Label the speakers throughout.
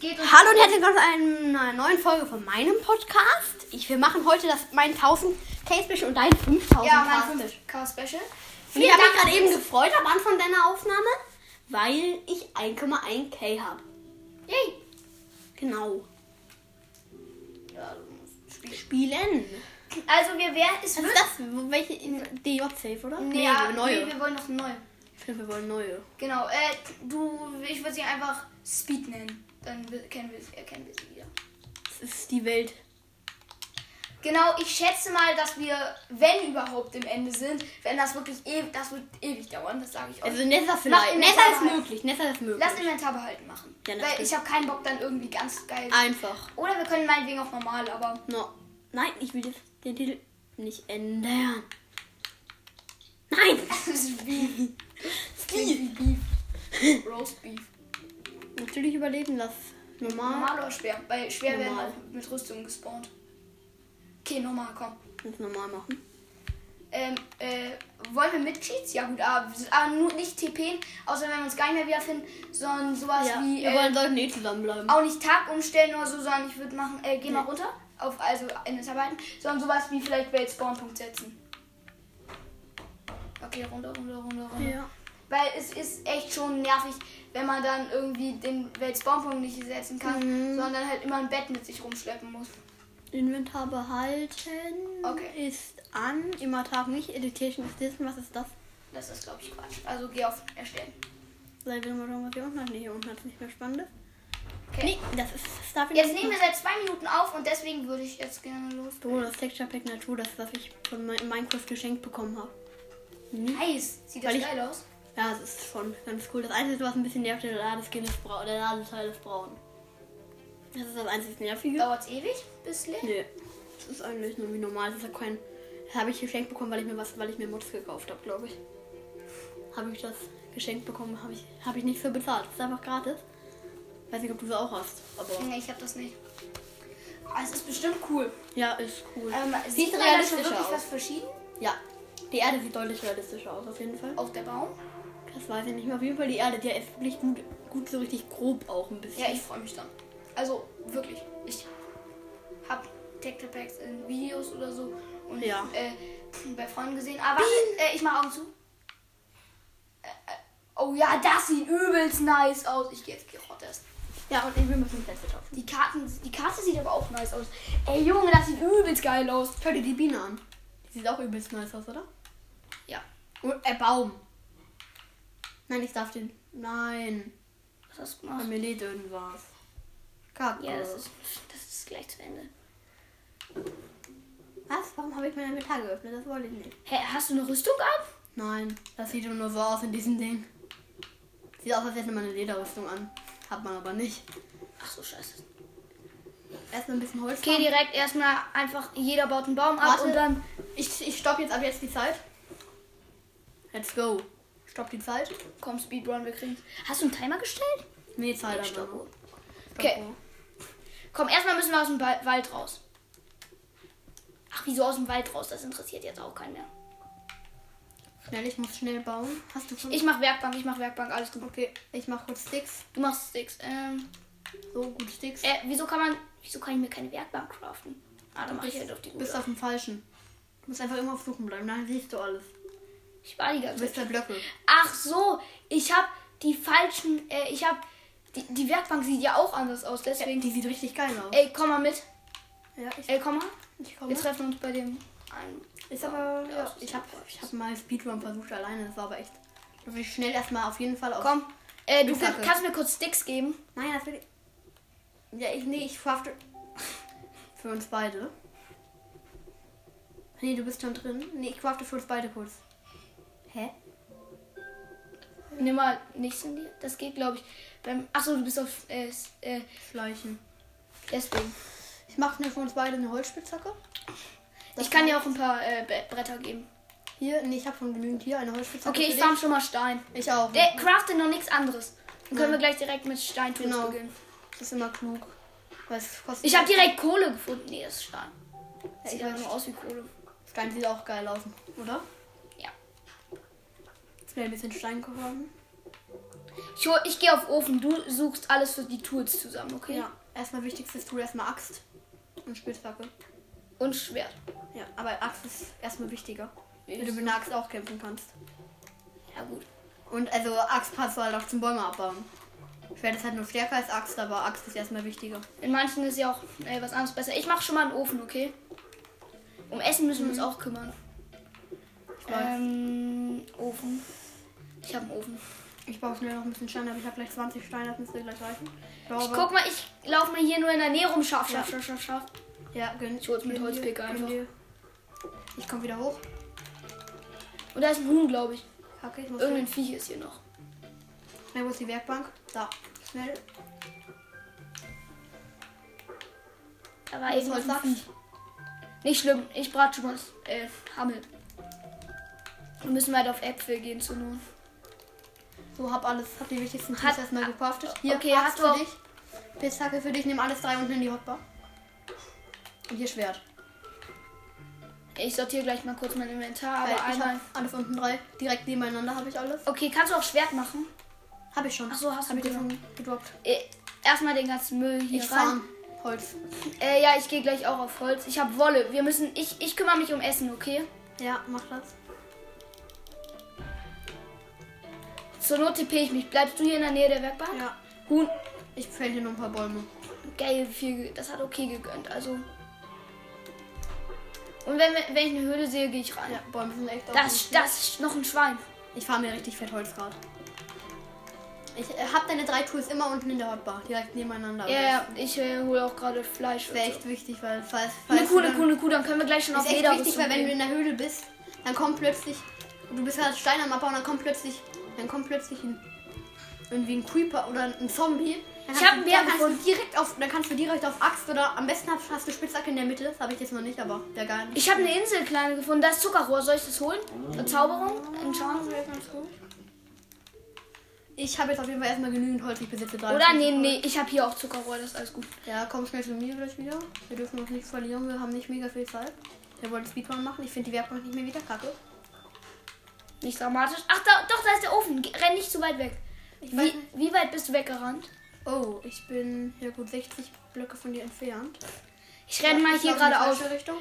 Speaker 1: geht um uns.
Speaker 2: Hallo und herzlich willkommen zu einer neuen Folge von meinem Podcast. Ich, wir machen heute das, mein 1000 K-Special und dein 5000
Speaker 1: Ja,
Speaker 2: K-Special.
Speaker 1: mein 5K-Special.
Speaker 2: Und ich habe mich gerade eben gefreut am Anfang deiner Aufnahme, weil ich 1,1 K habe.
Speaker 1: Yay!
Speaker 2: Genau.
Speaker 1: Ja, du musst spielen.
Speaker 2: Spielen.
Speaker 1: Also, wir werden. Es
Speaker 2: Was
Speaker 1: wird.
Speaker 2: ist das? Welche? DJ Safe, oder?
Speaker 1: Nee, ja,
Speaker 2: die neue.
Speaker 1: Nee, wir wollen noch neu.
Speaker 2: Ich finde, wir wollen neue.
Speaker 1: Genau, äh, du. Ich würde sie einfach Speed nennen. Dann wi- kennen wir, sie- erkennen wir sie wieder.
Speaker 2: Das ist die Welt.
Speaker 1: Genau, ich schätze mal, dass wir, wenn überhaupt, im Ende sind. Wenn das wirklich ewig. Das wird ewig dauern, das sage ich euch.
Speaker 2: Also Nessa
Speaker 1: Mach
Speaker 2: vielleicht.
Speaker 1: ihn
Speaker 2: Nessa
Speaker 1: nicht
Speaker 2: ist
Speaker 1: dabei.
Speaker 2: möglich. Nessa ist möglich.
Speaker 1: Lass Inventar behalten machen.
Speaker 2: Ja, das
Speaker 1: weil
Speaker 2: geht.
Speaker 1: ich habe keinen Bock, dann irgendwie ganz geil.
Speaker 2: Einfach.
Speaker 1: Oder wir können meinetwegen auch normal, aber.
Speaker 2: No. Nein, ich will jetzt den Titel nicht ändern. Nein!
Speaker 1: Das ist Beef.
Speaker 2: Beef.
Speaker 1: Beef. Roast Beef.
Speaker 2: Natürlich überleben das. Normal.
Speaker 1: Normal oder schwer? Weil schwer
Speaker 2: Ah. Normal.
Speaker 1: werden auch mit Rüstung gespawnt. Okay, normal, komm.
Speaker 2: Das normal machen.
Speaker 1: Ähm, äh, wollen wir mit Cheats? Ja gut, aber, aber nur nicht TPen, außer wenn wir uns gar nicht mehr wiederfinden, sondern sowas
Speaker 2: ja.
Speaker 1: wie
Speaker 2: wir
Speaker 1: äh,
Speaker 2: wollen sollten eh zusammenbleiben.
Speaker 1: auch nicht Tag umstellen oder so, sondern ich würde machen, äh, geh mal runter, auf also in das Arbeiten, sondern sowas wie vielleicht Welt Spawnpunkt setzen. Okay, runter, runter, runter, runter.
Speaker 2: Ja.
Speaker 1: Weil es ist echt schon nervig, wenn man dann irgendwie den Weltspawnpunkt nicht setzen kann,
Speaker 2: Mhm.
Speaker 1: sondern halt immer ein Bett mit sich rumschleppen muss.
Speaker 2: Inventar behalten
Speaker 1: Okay.
Speaker 2: ist an. Immer Tag nicht. Education ist Wissen. Was ist das?
Speaker 1: Das ist, glaube ich, Quatsch. Also geh auf Erstellen.
Speaker 2: Sei wir mal schauen, was hier unten hat. Nee, hier unten hat es nicht mehr spannende.
Speaker 1: Okay.
Speaker 2: Nee, das ist das darf ich
Speaker 1: Jetzt
Speaker 2: nicht
Speaker 1: nehmen wir
Speaker 2: machen.
Speaker 1: seit zwei Minuten auf und deswegen würde ich jetzt gerne los.
Speaker 2: So, das Texture Pack Natur, das was ich von mein- Minecraft geschenkt bekommen habe.
Speaker 1: Nice. Sieht das
Speaker 2: Weil ich-
Speaker 1: geil aus?
Speaker 2: Ja, es ist schon ganz cool. Das Einzige, was ein bisschen nervt, der Ladeskin ist braun, der Ladeteil ist braun. Das ist das einzige Nervige.
Speaker 1: Dauert ewig, bis leer.
Speaker 2: Nee, das ist eigentlich nur wie normal. Das ist ja kein. Das habe ich geschenkt bekommen, weil ich mir was, weil ich mir Mods gekauft habe, glaube ich. Habe ich das geschenkt bekommen, habe ich, habe ich nicht für bezahlt. Das ist einfach gratis. Weiß nicht, ob du es auch hast, aber
Speaker 1: Nee, ich habe das nicht. Aber es ist bestimmt cool.
Speaker 2: ja, ist cool.
Speaker 1: Ähm,
Speaker 2: sieht
Speaker 1: sieht man da schon
Speaker 2: realistischer
Speaker 1: wirklich
Speaker 2: aus.
Speaker 1: was verschieden?
Speaker 2: Ja, die Erde sieht deutlich realistischer aus, auf jeden Fall.
Speaker 1: Auch der Baum?
Speaker 2: Das weiß ich nicht mehr. Auf jeden Fall die Erde, die ist wirklich gut, gut so richtig grob auch ein bisschen.
Speaker 1: Ja, ich freue mich dann. Also wirklich, ich hab Tactile Packs in Videos oder so und
Speaker 2: Ja.
Speaker 1: äh, bei Freunden gesehen. Aber warte, äh, ich mach Augen zu. Äh, äh, oh ja, das sieht übelst nice aus. Ich gehe jetzt Girotte essen.
Speaker 2: ja und wir müssen Plätze kaufen.
Speaker 1: Die, Karten, die Karte sieht aber auch nice aus. Ey Junge, das sieht übelst geil aus.
Speaker 2: Schau dir die Biene an. Die sieht auch übelst nice aus, oder?
Speaker 1: Ja.
Speaker 2: Und äh, Baum. Nein, ich darf den. Nein.
Speaker 1: Was hast du gemacht?
Speaker 2: Mir lädt irgendwas. Kacke.
Speaker 1: Ja, das ist, das ist gleich zu Ende.
Speaker 2: Was? Warum habe ich mein Metall geöffnet? Das wollte ich nicht.
Speaker 1: Hä, hast du eine Rüstung ab?
Speaker 2: Nein, das sieht nur so aus in diesem Ding. Sieht aus, als hätte man eine Lederrüstung an. Hat man aber nicht.
Speaker 1: Ach so, scheiße.
Speaker 2: Erstmal ein bisschen Holz.
Speaker 1: Okay,
Speaker 2: machen.
Speaker 1: direkt erstmal einfach jeder baut einen Baum ab
Speaker 2: Warte.
Speaker 1: und dann
Speaker 2: Ich, ich stopp jetzt ab jetzt die Zeit. Let's go. Stopp die Zeit.
Speaker 1: Komm, Speedrun, wir kriegen's. Hast du einen Timer gestellt?
Speaker 2: Nee, Zeit
Speaker 1: Ich
Speaker 2: aber.
Speaker 1: glaube. Okay. Komm, erstmal müssen wir aus dem Wa- Wald raus. Ach, wieso aus dem Wald raus? Das interessiert jetzt auch keinen mehr.
Speaker 2: Schnell, ich muss schnell bauen. Hast du schon?
Speaker 1: Ich mach Werkbank, ich mach Werkbank, alles gut.
Speaker 2: okay, ich mach kurz Sticks.
Speaker 1: Du machst Sticks. Ähm,
Speaker 2: So, gut Sticks.
Speaker 1: äh, wieso kann man, wieso kann ich mir keine Werkbank craften? Ah, dann mach ich halt auf die
Speaker 2: Du bist
Speaker 1: Uhr.
Speaker 2: auf dem Falschen. Du musst einfach immer auf Suchen bleiben, dann siehst du alles.
Speaker 1: Ich war die
Speaker 2: Du
Speaker 1: ganze
Speaker 2: bist
Speaker 1: Zeit.
Speaker 2: der Blöcke.
Speaker 1: Ach so, ich hab die falschen, äh, ich hab, die, die Werkbank sieht ja auch anders aus, deswegen.
Speaker 2: Die sieht richtig geil aus.
Speaker 1: Ey, komm mal mit.
Speaker 2: Ja, ich,
Speaker 1: Ey, komm mal.
Speaker 2: ich komme.
Speaker 1: Wir treffen uns bei dem einen.
Speaker 2: Ist aber,
Speaker 1: Ja,
Speaker 2: ja,
Speaker 1: ist
Speaker 2: ich
Speaker 1: ja
Speaker 2: habe ich hab mal Speedrun versucht alleine, das war aber echt. Da will ich schnell erstmal auf jeden Fall auf.
Speaker 1: Komm, äh, du
Speaker 2: Sacke.
Speaker 1: kannst mir kurz Sticks geben.
Speaker 2: Nein, das will ich. Ja, ich, nee, ich crafte. Für uns beide. Nee, du bist schon drin. Nee, ich crafte für uns beide kurz. Hä?
Speaker 1: Nimm mal nichts in dir. Das geht, glaube ich. Beim Achso, du bist auf äh, s- äh,
Speaker 2: Schleichen.
Speaker 1: deswegen.
Speaker 2: Ich mache mir für uns beide eine Holzspitzhacke. Das
Speaker 1: ich kann dir auch ein paar äh, Bre- Bretter geben.
Speaker 2: Hier, nee, ich habe schon genügend hier eine Holzspitzhacke.
Speaker 1: Okay,
Speaker 2: für
Speaker 1: ich
Speaker 2: dich.
Speaker 1: farm Äh. schon mal Stein.
Speaker 2: Ich auch.
Speaker 1: Der craftet noch nichts anderes. Dann können
Speaker 2: Nein.
Speaker 1: wir gleich direkt mit Steintools
Speaker 2: Genau.
Speaker 1: beginnen.
Speaker 2: Das ist immer klug. Weil es kostet.
Speaker 1: Ich habe direkt Kohle gefunden. Nee, das ist Stein. Sieht
Speaker 2: Ja,
Speaker 1: halt
Speaker 2: ich
Speaker 1: aber nur
Speaker 2: auch.
Speaker 1: aus wie Kohle.
Speaker 2: Stein sieht auch geil aus, oder?
Speaker 1: Ja.
Speaker 2: Jetzt mir ein bisschen Stein geworden.
Speaker 1: Ich, hol- ich gehe auf Ofen. Du suchst alles für die Tools zusammen, okay?
Speaker 2: Ja, erstmal wichtigstes Tool, erstmal Axt und Spitzhacke.
Speaker 1: Und Schwert.
Speaker 2: Ja, aber Axt ist erstmal wichtiger.
Speaker 1: Ja,
Speaker 2: Weil du
Speaker 1: ist
Speaker 2: mit einer Axt auch kämpfen kannst.
Speaker 1: Ja, gut.
Speaker 2: Und also Axt kannst du halt auch zum Bäume abbauen. Schwert ist halt nur stärker als Axt, aber Axt ist erstmal wichtiger.
Speaker 1: In manchen ist ja auch äh, was anderes besser. Ich mache schon mal einen Ofen, okay? Um Essen müssen wir uns auch kümmern.
Speaker 2: Mhm. Ich weiß.
Speaker 1: Ähm, Ofen. Ich habe einen Ofen.
Speaker 2: Ich baue schnell noch ein bisschen Steine, aber ich habe gleich 20 Steine, das müsste gleich reichen. Ich, baue
Speaker 1: Ich
Speaker 2: aber-
Speaker 1: guck mal, ich laufe mir hier nur in der Nähe rum. Scharf, scharf,
Speaker 2: Ja.
Speaker 1: scharf, scharf, scharf.
Speaker 2: Ja, gönn.
Speaker 1: Ich hol's mit
Speaker 2: gönn dir,
Speaker 1: Holzpick
Speaker 2: gönn
Speaker 1: einfach.
Speaker 2: dir. Ich komme wieder hoch.
Speaker 1: Und da ist ein Huhn, glaube ich.
Speaker 2: Kacke, ich muss
Speaker 1: Irgendein Viech ist hier noch.
Speaker 2: Schnell, wo ist die Werkbank? Da. Schnell.
Speaker 1: Da war eben
Speaker 2: Was
Speaker 1: noch ein
Speaker 2: sagst
Speaker 1: Viech. Nicht schlimm, ich brate schon mal äh, Hammel. Wir müssen weit auf Äpfel gehen zur Not.
Speaker 2: So, hab alles. Hab die wichtigsten Tools
Speaker 1: Hat-
Speaker 2: erstmal gecraftet.
Speaker 1: okay,
Speaker 2: Axt
Speaker 1: hast du auch-
Speaker 2: für dich. Pistacke für dich. Nimm alles drei unten in die Hotbar. Und hier Schwert.
Speaker 1: Ich sortiere gleich mal kurz mein Inventar, aber
Speaker 2: Weil ich
Speaker 1: einmal.
Speaker 2: hab alles unten drei. Direkt nebeneinander habe ich alles.
Speaker 1: Okay, kannst du auch Schwert machen?
Speaker 2: Hab ich schon.
Speaker 1: Ach so, hast
Speaker 2: hab
Speaker 1: du
Speaker 2: ich dir
Speaker 1: schon.
Speaker 2: schon gedroppt.
Speaker 1: Äh, Erstmal den ganzen Müll hier
Speaker 2: Ich
Speaker 1: rein.
Speaker 2: farm. Holz.
Speaker 1: Äh, ja, ich gehe gleich auch auf Holz. Ich habe Wolle. Wir müssen. Ich, ich kümmere mich um Essen, okay?
Speaker 2: Ja, mach das.
Speaker 1: Zur Not tippe ich mich. Bleibst du hier in der Nähe der Werkbank?
Speaker 2: Ja.
Speaker 1: Huhn.
Speaker 2: Ich fäll hier noch ein paar Bäume.
Speaker 1: Geil, viel. ge- Das hat okay gegönnt. Also. Und wenn, wir- wenn ich eine Höhle sehe, gehe ich rein.
Speaker 2: Ja, Bäume sind echt
Speaker 1: Das, das ist noch ein Schwein.
Speaker 2: Ich fahre mir richtig fett Holz gerade. Ich äh, hab deine drei Tools immer unten in der Hotbar, direkt nebeneinander.
Speaker 1: Ja, ja, ich äh, hole auch gerade Fleisch.
Speaker 2: Das
Speaker 1: Und
Speaker 2: wäre
Speaker 1: so.
Speaker 2: echt wichtig, weil falls. falls
Speaker 1: Eine
Speaker 2: du
Speaker 1: Kuh, eine
Speaker 2: dann-
Speaker 1: Kuh, eine Kuh. Dann können wir gleich schon
Speaker 2: Ist
Speaker 1: auf
Speaker 2: echt
Speaker 1: Lederrüstung
Speaker 2: wichtig, weil wenn du
Speaker 1: gehen.
Speaker 2: in der Höhle bist, dann kommt plötzlich. Du bist halt Stein am Abbau und dann kommt plötzlich. Dann kommt plötzlich ein. Irgendwie ein Creeper oder ein Zombie. Dann
Speaker 1: Ich
Speaker 2: kannst
Speaker 1: hab
Speaker 2: du-
Speaker 1: einen Bären
Speaker 2: dann kannst
Speaker 1: gefunden.
Speaker 2: du direkt auf, Dann kannst du direkt auf Axt oder am besten hast, hast du Spitzhacke in der Mitte. Das habe ich jetzt noch nicht, aber wäre geil.
Speaker 1: Ich habe eine Insel kleine gefunden. Da ist Zuckerrohr. Soll ich das holen? Eine Zauberung? Ein Charme?
Speaker 2: Ich habe jetzt auf jeden Fall erstmal genügend Holz, ich besitze drei.
Speaker 1: Oder? Nee, nee. Ich habe hier auch Zuckerrohr. Das ist alles gut.
Speaker 2: Ja, komm schnell zu mir gleich wieder. Wir dürfen uns nicht verlieren, wir haben nicht mega viel Zeit. Wir wollen Speedrun machen, ich finde die Werkbank nicht mehr wieder kacke.
Speaker 1: Nicht dramatisch. Ach, da, doch, da ist der Ofen. Ge- Renn nicht zu weit weg.
Speaker 2: Ich
Speaker 1: Wie,
Speaker 2: weiß nicht.
Speaker 1: wie weit bist du weggerannt?
Speaker 2: Oh, ich bin ja gut 60 Blöcke von dir entfernt.
Speaker 1: Ich renne mal
Speaker 2: Ich
Speaker 1: hier
Speaker 2: laufe in die
Speaker 1: geradeaus.
Speaker 2: falsche Richtung.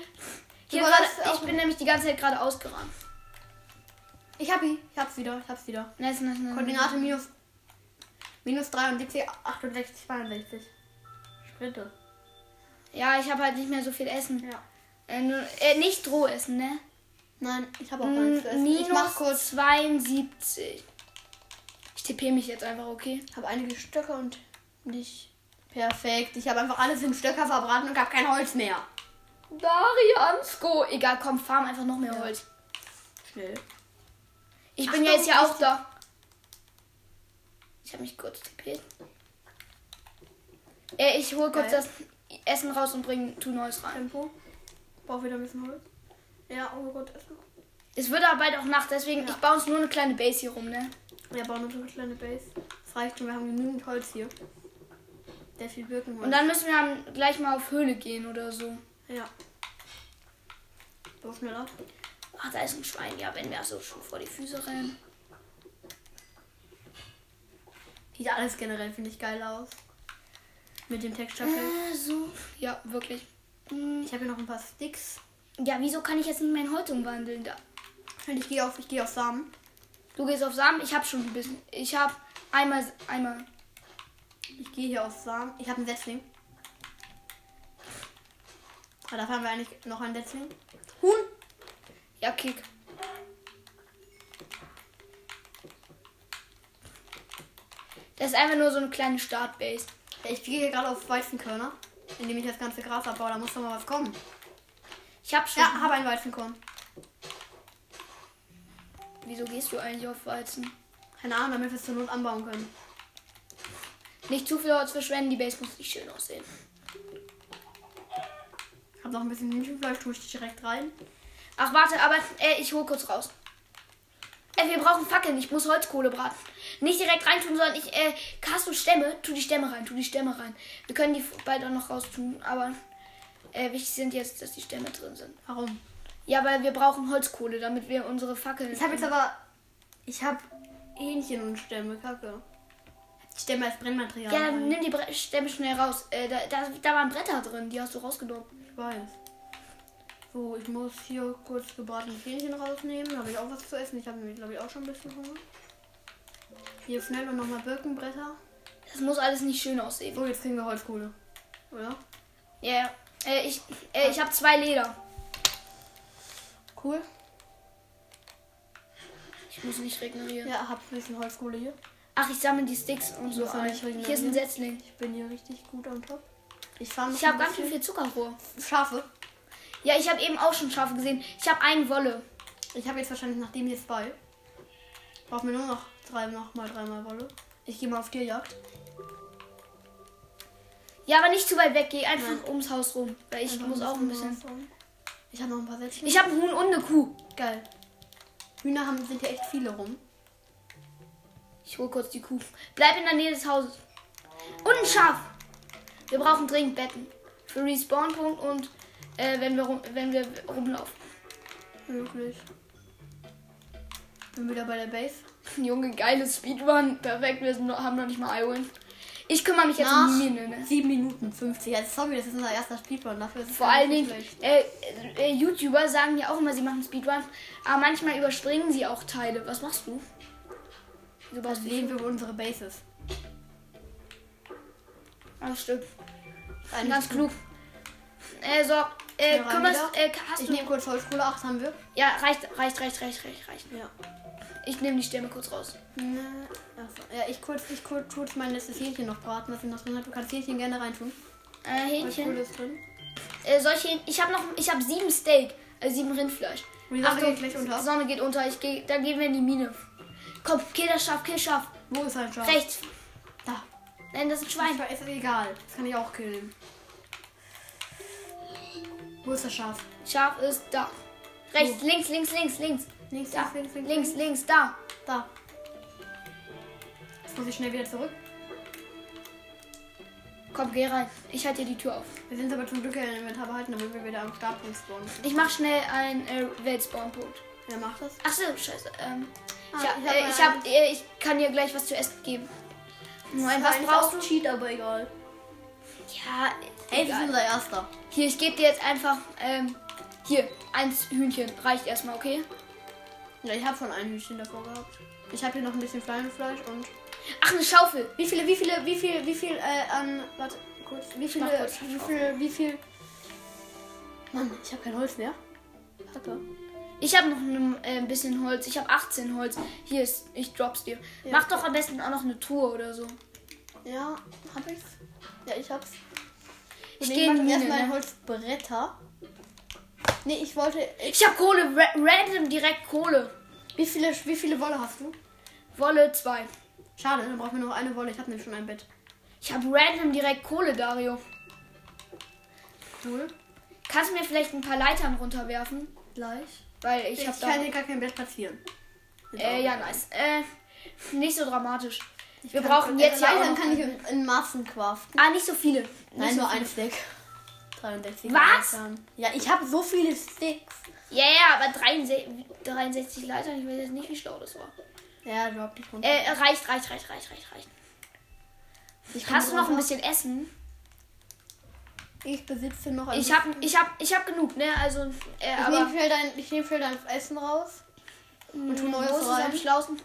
Speaker 1: Hier
Speaker 2: Du
Speaker 1: gerade,
Speaker 2: warst
Speaker 1: ich
Speaker 2: auch-
Speaker 1: bin nämlich die ganze Zeit geradeaus gerannt.
Speaker 2: Ich hab ihn, ich hab's wieder, ich hab's wieder.
Speaker 1: Nice, nice, nice.
Speaker 2: Koordinate minus, minus 73, 68, 62. Sprinte.
Speaker 1: Ja, ich habe halt nicht mehr so viel Essen.
Speaker 2: Ja.
Speaker 1: Äh, nur- äh, nicht roh essen, ne?
Speaker 2: Nein, ich habe auch gar nichts zu
Speaker 1: Mm,
Speaker 2: essen. Ich mach kurz.
Speaker 1: Minus 72. Ich tippe mich jetzt einfach, okay?
Speaker 2: Ich habe einige Stöcke und nicht perfekt. Ich habe einfach alles in Stöcker verbraten und habe kein Holz mehr.
Speaker 1: Dariansko. Egal, komm, farm einfach noch mehr
Speaker 2: Ja.
Speaker 1: Holz.
Speaker 2: Schnell.
Speaker 1: Ich bin
Speaker 2: Achtung,
Speaker 1: ja jetzt ja auch da. Ich habe mich kurz tippet. Äh, ich hole kurz
Speaker 2: Geil.
Speaker 1: das Essen raus und bringe tu neues rein.
Speaker 2: Tempo. Brauch wieder ein bisschen Holz. Ja, oh Gott, erstmal.
Speaker 1: Es wird aber bald auch Nacht, deswegen
Speaker 2: Ja.
Speaker 1: ich baue uns nur eine kleine Base hier rum, ne?
Speaker 2: Wir bauen uns eine kleine Base. Das reicht schon, wir haben genügend Holz hier. Sehr viel Birkenholz.
Speaker 1: Und dann müssen wir am- gleich mal auf Höhle gehen oder so.
Speaker 2: Ja. Bau schnell ab.
Speaker 1: Ach, da ist ein Schwein. Ja, wenn wir so schon vor die Füße rennen.
Speaker 2: Sieht alles generell, finde ich, geil aus. Mit dem Texture Pack.
Speaker 1: Äh, so. Ja, wirklich.
Speaker 2: Ich habe hier noch ein paar Sticks.
Speaker 1: Ja, wieso kann ich jetzt nicht mein Holz umwandeln? Da.
Speaker 2: Und ich gehe auf, ich gehe auf Samen.
Speaker 1: Du gehst auf Samen. Ich habe schon ein bisschen. Ich habe einmal, einmal.
Speaker 2: Ich gehe hier auf Samen. Ich habe einen Setzling. Aber da haben wir eigentlich noch einen Setzling.
Speaker 1: Huhn. Ja, Kick. Das ist einfach nur so eine kleine Startbase.
Speaker 2: Ich gehe hier gerade auf Weizenkörner, indem ich das ganze Gras abbaue. Da muss doch mal was kommen.
Speaker 1: Ich habe schon.
Speaker 2: Ja, habe ein Weizenkorn.
Speaker 1: Wieso gehst du eigentlich auf Weizen?
Speaker 2: Keine Ahnung, damit wir es zur Not anbauen können.
Speaker 1: Nicht zu viel Holz verschwenden, die Base muss nicht schön aussehen.
Speaker 2: Hab noch ein bisschen Hühnchenfleisch, tue ich direkt rein.
Speaker 1: Ach, warte, aber äh, ich hol kurz raus. Äh, wir brauchen Fackeln, ich muss Holzkohle braten. Nicht direkt reintun, sondern ich, äh, hast du Stämme? Tu die Stämme rein, tu die Stämme rein. Wir können die bald auch noch raus tun, aber äh, wichtig sind jetzt, dass die Stämme drin sind.
Speaker 2: Warum?
Speaker 1: Ja, weil wir brauchen Holzkohle, damit wir unsere Fackeln.
Speaker 2: Ich habe jetzt aber. Ich habe Hähnchen und Stämme, kacke. Ich stelle mir als Brennmaterial.
Speaker 1: Ja, dann
Speaker 2: ein.
Speaker 1: nimm die Bre Stämme schnell raus. Äh, da, da, da waren Bretter drin, die hast du rausgenommen.
Speaker 2: Ich weiß. So, ich muss hier kurz gebratene Hähnchen rausnehmen. Da habe ich auch was zu essen. Ich habe nämlich, glaube ich, auch schon ein bisschen Hunger. Hier schnell und nochmal Birkenbretter.
Speaker 1: Das muss alles nicht schön aussehen.
Speaker 2: So, jetzt kriegen wir Holzkohle. Oder?
Speaker 1: Ja, ja. Äh, ich äh, ich habe zwei Leder.
Speaker 2: Cool.
Speaker 1: Ich muss nicht regenerieren.
Speaker 2: Ja, hab ein bisschen Holzkohle hier.
Speaker 1: Ach, ich sammle die Sticks und so
Speaker 2: Muss man
Speaker 1: ein.
Speaker 2: nicht regenerieren?
Speaker 1: Hier ist ein Setzling.
Speaker 2: Ich bin hier richtig gut am Top. Ich fahre
Speaker 1: Ich habe ganz schön viel Zuckerrohr.
Speaker 2: Schafe.
Speaker 1: Ja, ich habe eben auch schon Schafe gesehen. Ich habe einen Wolle.
Speaker 2: Ich habe jetzt wahrscheinlich nach dem hier zwei. Brauchen wir nur noch drei, nochmal dreimal Wolle. Ich gehe mal auf Tierjagd.
Speaker 1: Ja, aber nicht zu weit weg. Geh einfach
Speaker 2: Nein.
Speaker 1: ums Haus rum. Weil ich
Speaker 2: Einfach
Speaker 1: muss auch ein bisschen.
Speaker 2: raushauen. Ich habe noch ein paar Sätzchen.
Speaker 1: Ich habe ein Huhn und eine Kuh.
Speaker 2: Geil. Hühner haben, sind ja echt viele rum.
Speaker 1: Ich hole kurz die Kuh. Bleib in der Nähe des Hauses. Und ein Schaf. Wir brauchen dringend Betten. Für Respawn-Punkt und äh, wenn, wir rum, wenn wir rumlaufen.
Speaker 2: Wirklich. Bin wieder bei der Base.
Speaker 1: Junge, geiles Speedrun. Perfekt, wir sind noch, haben noch nicht mal Iron. Ich kümmere mich jetzt
Speaker 2: Nach
Speaker 1: um die Mine. Ne?
Speaker 2: 7 Minuten 50. Also sorry, das ist unser erster Speedrun. Dafür ist es
Speaker 1: Vor
Speaker 2: gar
Speaker 1: allen
Speaker 2: nicht
Speaker 1: Dingen,
Speaker 2: schlecht.
Speaker 1: äh, äh, YouTuber sagen ja auch immer, sie machen Speedrun, aber manchmal überspringen sie auch Teile. Was machst du? Du baust
Speaker 2: Das sehen wir über unsere Bases.
Speaker 1: Ah, stimmt.
Speaker 2: Eigentlich
Speaker 1: Ganz klug. Äh, so, äh,
Speaker 2: Schnell rein
Speaker 1: kümmerst,
Speaker 2: wieder.
Speaker 1: äh, hast
Speaker 2: Ich
Speaker 1: du...
Speaker 2: nehme kurz Holzkohle. 8 haben wir.
Speaker 1: Ja, reicht, reicht, reicht, reicht, reicht, reicht.
Speaker 2: Ja.
Speaker 1: Ich nehme die Stämme kurz raus.
Speaker 2: Ne, achso. Ja, ich kurz, ich kurz, kurz mein letztes Hähnchen noch braten, was ich noch drin habe. Du kannst Hähnchen gerne reintun.
Speaker 1: Äh,
Speaker 2: Holzkohle
Speaker 1: Hähnchen.
Speaker 2: ist drin.
Speaker 1: Äh, solche, ich habe noch, ich habe sieben Steak, äh, sieben Rindfleisch.
Speaker 2: Und die Sonne
Speaker 1: Achtung,
Speaker 2: geht gleich unter.
Speaker 1: Sonne geht unter. Ich geh, dann gehen wir in die Mine. Komm, kill das Schaf, kill Schaf.
Speaker 2: Wo ist ein Schaf?
Speaker 1: Rechts.
Speaker 2: Da.
Speaker 1: Nein, das ist ein
Speaker 2: Schwein.
Speaker 1: Schwein.
Speaker 2: Ist egal. Das kann ich auch killen. Wo ist das Schaf?
Speaker 1: Schaf ist da. Rechts, links, links, links, links.
Speaker 2: Links,
Speaker 1: Da.
Speaker 2: links, links, links.
Speaker 1: Links, links, da.
Speaker 2: Da. Jetzt muss ich schnell wieder zurück.
Speaker 1: Komm, geh rein. Ich halte dir die Tür auf.
Speaker 2: Wir sind aber zum Glück ja im Inventar behalten, damit wir wieder am Startpunkt spawnen.
Speaker 1: Ich mach schnell einen äh, Weltspawnpunkt.
Speaker 2: Wer macht das?
Speaker 1: Ach so, scheiße. Ähm,
Speaker 2: Ah,
Speaker 1: ich, hab,
Speaker 2: ich hab
Speaker 1: äh, ich,
Speaker 2: einen.
Speaker 1: hab, äh, ich kann dir gleich was zu essen geben. Moment, was brauchst du?
Speaker 2: Cheat, aber egal.
Speaker 1: Ja,
Speaker 2: Ey, das
Speaker 1: egal.
Speaker 2: ist unser erster.
Speaker 1: Hier, ich gebe dir jetzt einfach, ähm, hier, eins Hühnchen. Reicht erstmal, okay?
Speaker 2: Ja, ich habe schon ein Hühnchen davor gehabt. Ich habe hier noch ein bisschen Fleisch und.
Speaker 1: Ach, eine Schaufel.
Speaker 2: Wie viele, wie viele, wie viel, wie viel, äh, an. Warte, kurz. Wie viele,
Speaker 1: mach kurz.
Speaker 2: wie viel, wie viel. Mann, ich habe kein Holz mehr. Warte.
Speaker 1: Ich habe noch ein äh, ein bisschen Holz. Ich habe 18 Holz. Hier ist, ich drop's dir.
Speaker 2: Ja.
Speaker 1: Mach doch am besten auch noch eine Tour oder so.
Speaker 2: Ja, hab ich's. Ja, ich hab's.
Speaker 1: Ich
Speaker 2: Nee,
Speaker 1: gehe in
Speaker 2: mach
Speaker 1: die Mine.
Speaker 2: erstmal
Speaker 1: ne?
Speaker 2: Holzbretter. Nee, ich wollte.
Speaker 1: Ich habe Kohle, ra random direkt Kohle.
Speaker 2: Wie viele, wie viele Wolle hast du?
Speaker 1: Wolle 2.
Speaker 2: Schade, dann brauchen wir noch eine Wolle. Ich habe nämlich schon ein Bett.
Speaker 1: Ich habe random direkt Kohle, Dario.
Speaker 2: Cool.
Speaker 1: Kannst du mir vielleicht ein paar Leitern runterwerfen?
Speaker 2: Gleich.
Speaker 1: Weil ich,
Speaker 2: Ich,
Speaker 1: habe da...
Speaker 2: kann dir gar kein Bett platzieren.
Speaker 1: Äh, ja, nice. Äh, nicht so dramatisch. Wir
Speaker 2: Kann- äh,
Speaker 1: brauchen jetzt ja
Speaker 2: Leider
Speaker 1: auch noch
Speaker 2: kann ich in, in Maßen craften.
Speaker 1: Ah, nicht so viele. Nicht
Speaker 2: Nein,
Speaker 1: so
Speaker 2: nur
Speaker 1: viele.
Speaker 2: ein Stack. 63.
Speaker 1: Was?
Speaker 2: Leitern. Ja, ich habe so viele Sticks.
Speaker 1: Ja, ja, aber 63, 63 Leitern, ich weiß jetzt nicht, wie schlau das war.
Speaker 2: Ja, drop dich runter.
Speaker 1: Äh, reicht, reicht, reicht, reicht, reicht, reicht.
Speaker 2: ich komm
Speaker 1: Hast du noch ein
Speaker 2: runter.
Speaker 1: bisschen Essen?
Speaker 2: Ich besitze noch ein
Speaker 1: Ich hab, ich hab, ich hab genug, ne? Also, äh,
Speaker 2: Ich
Speaker 1: aber...
Speaker 2: nehme viel, dein- ich nehm viel dein Essen raus.
Speaker 1: Und
Speaker 2: tu Neues
Speaker 1: Wo ist es am
Speaker 2: rein.
Speaker 1: schlausten?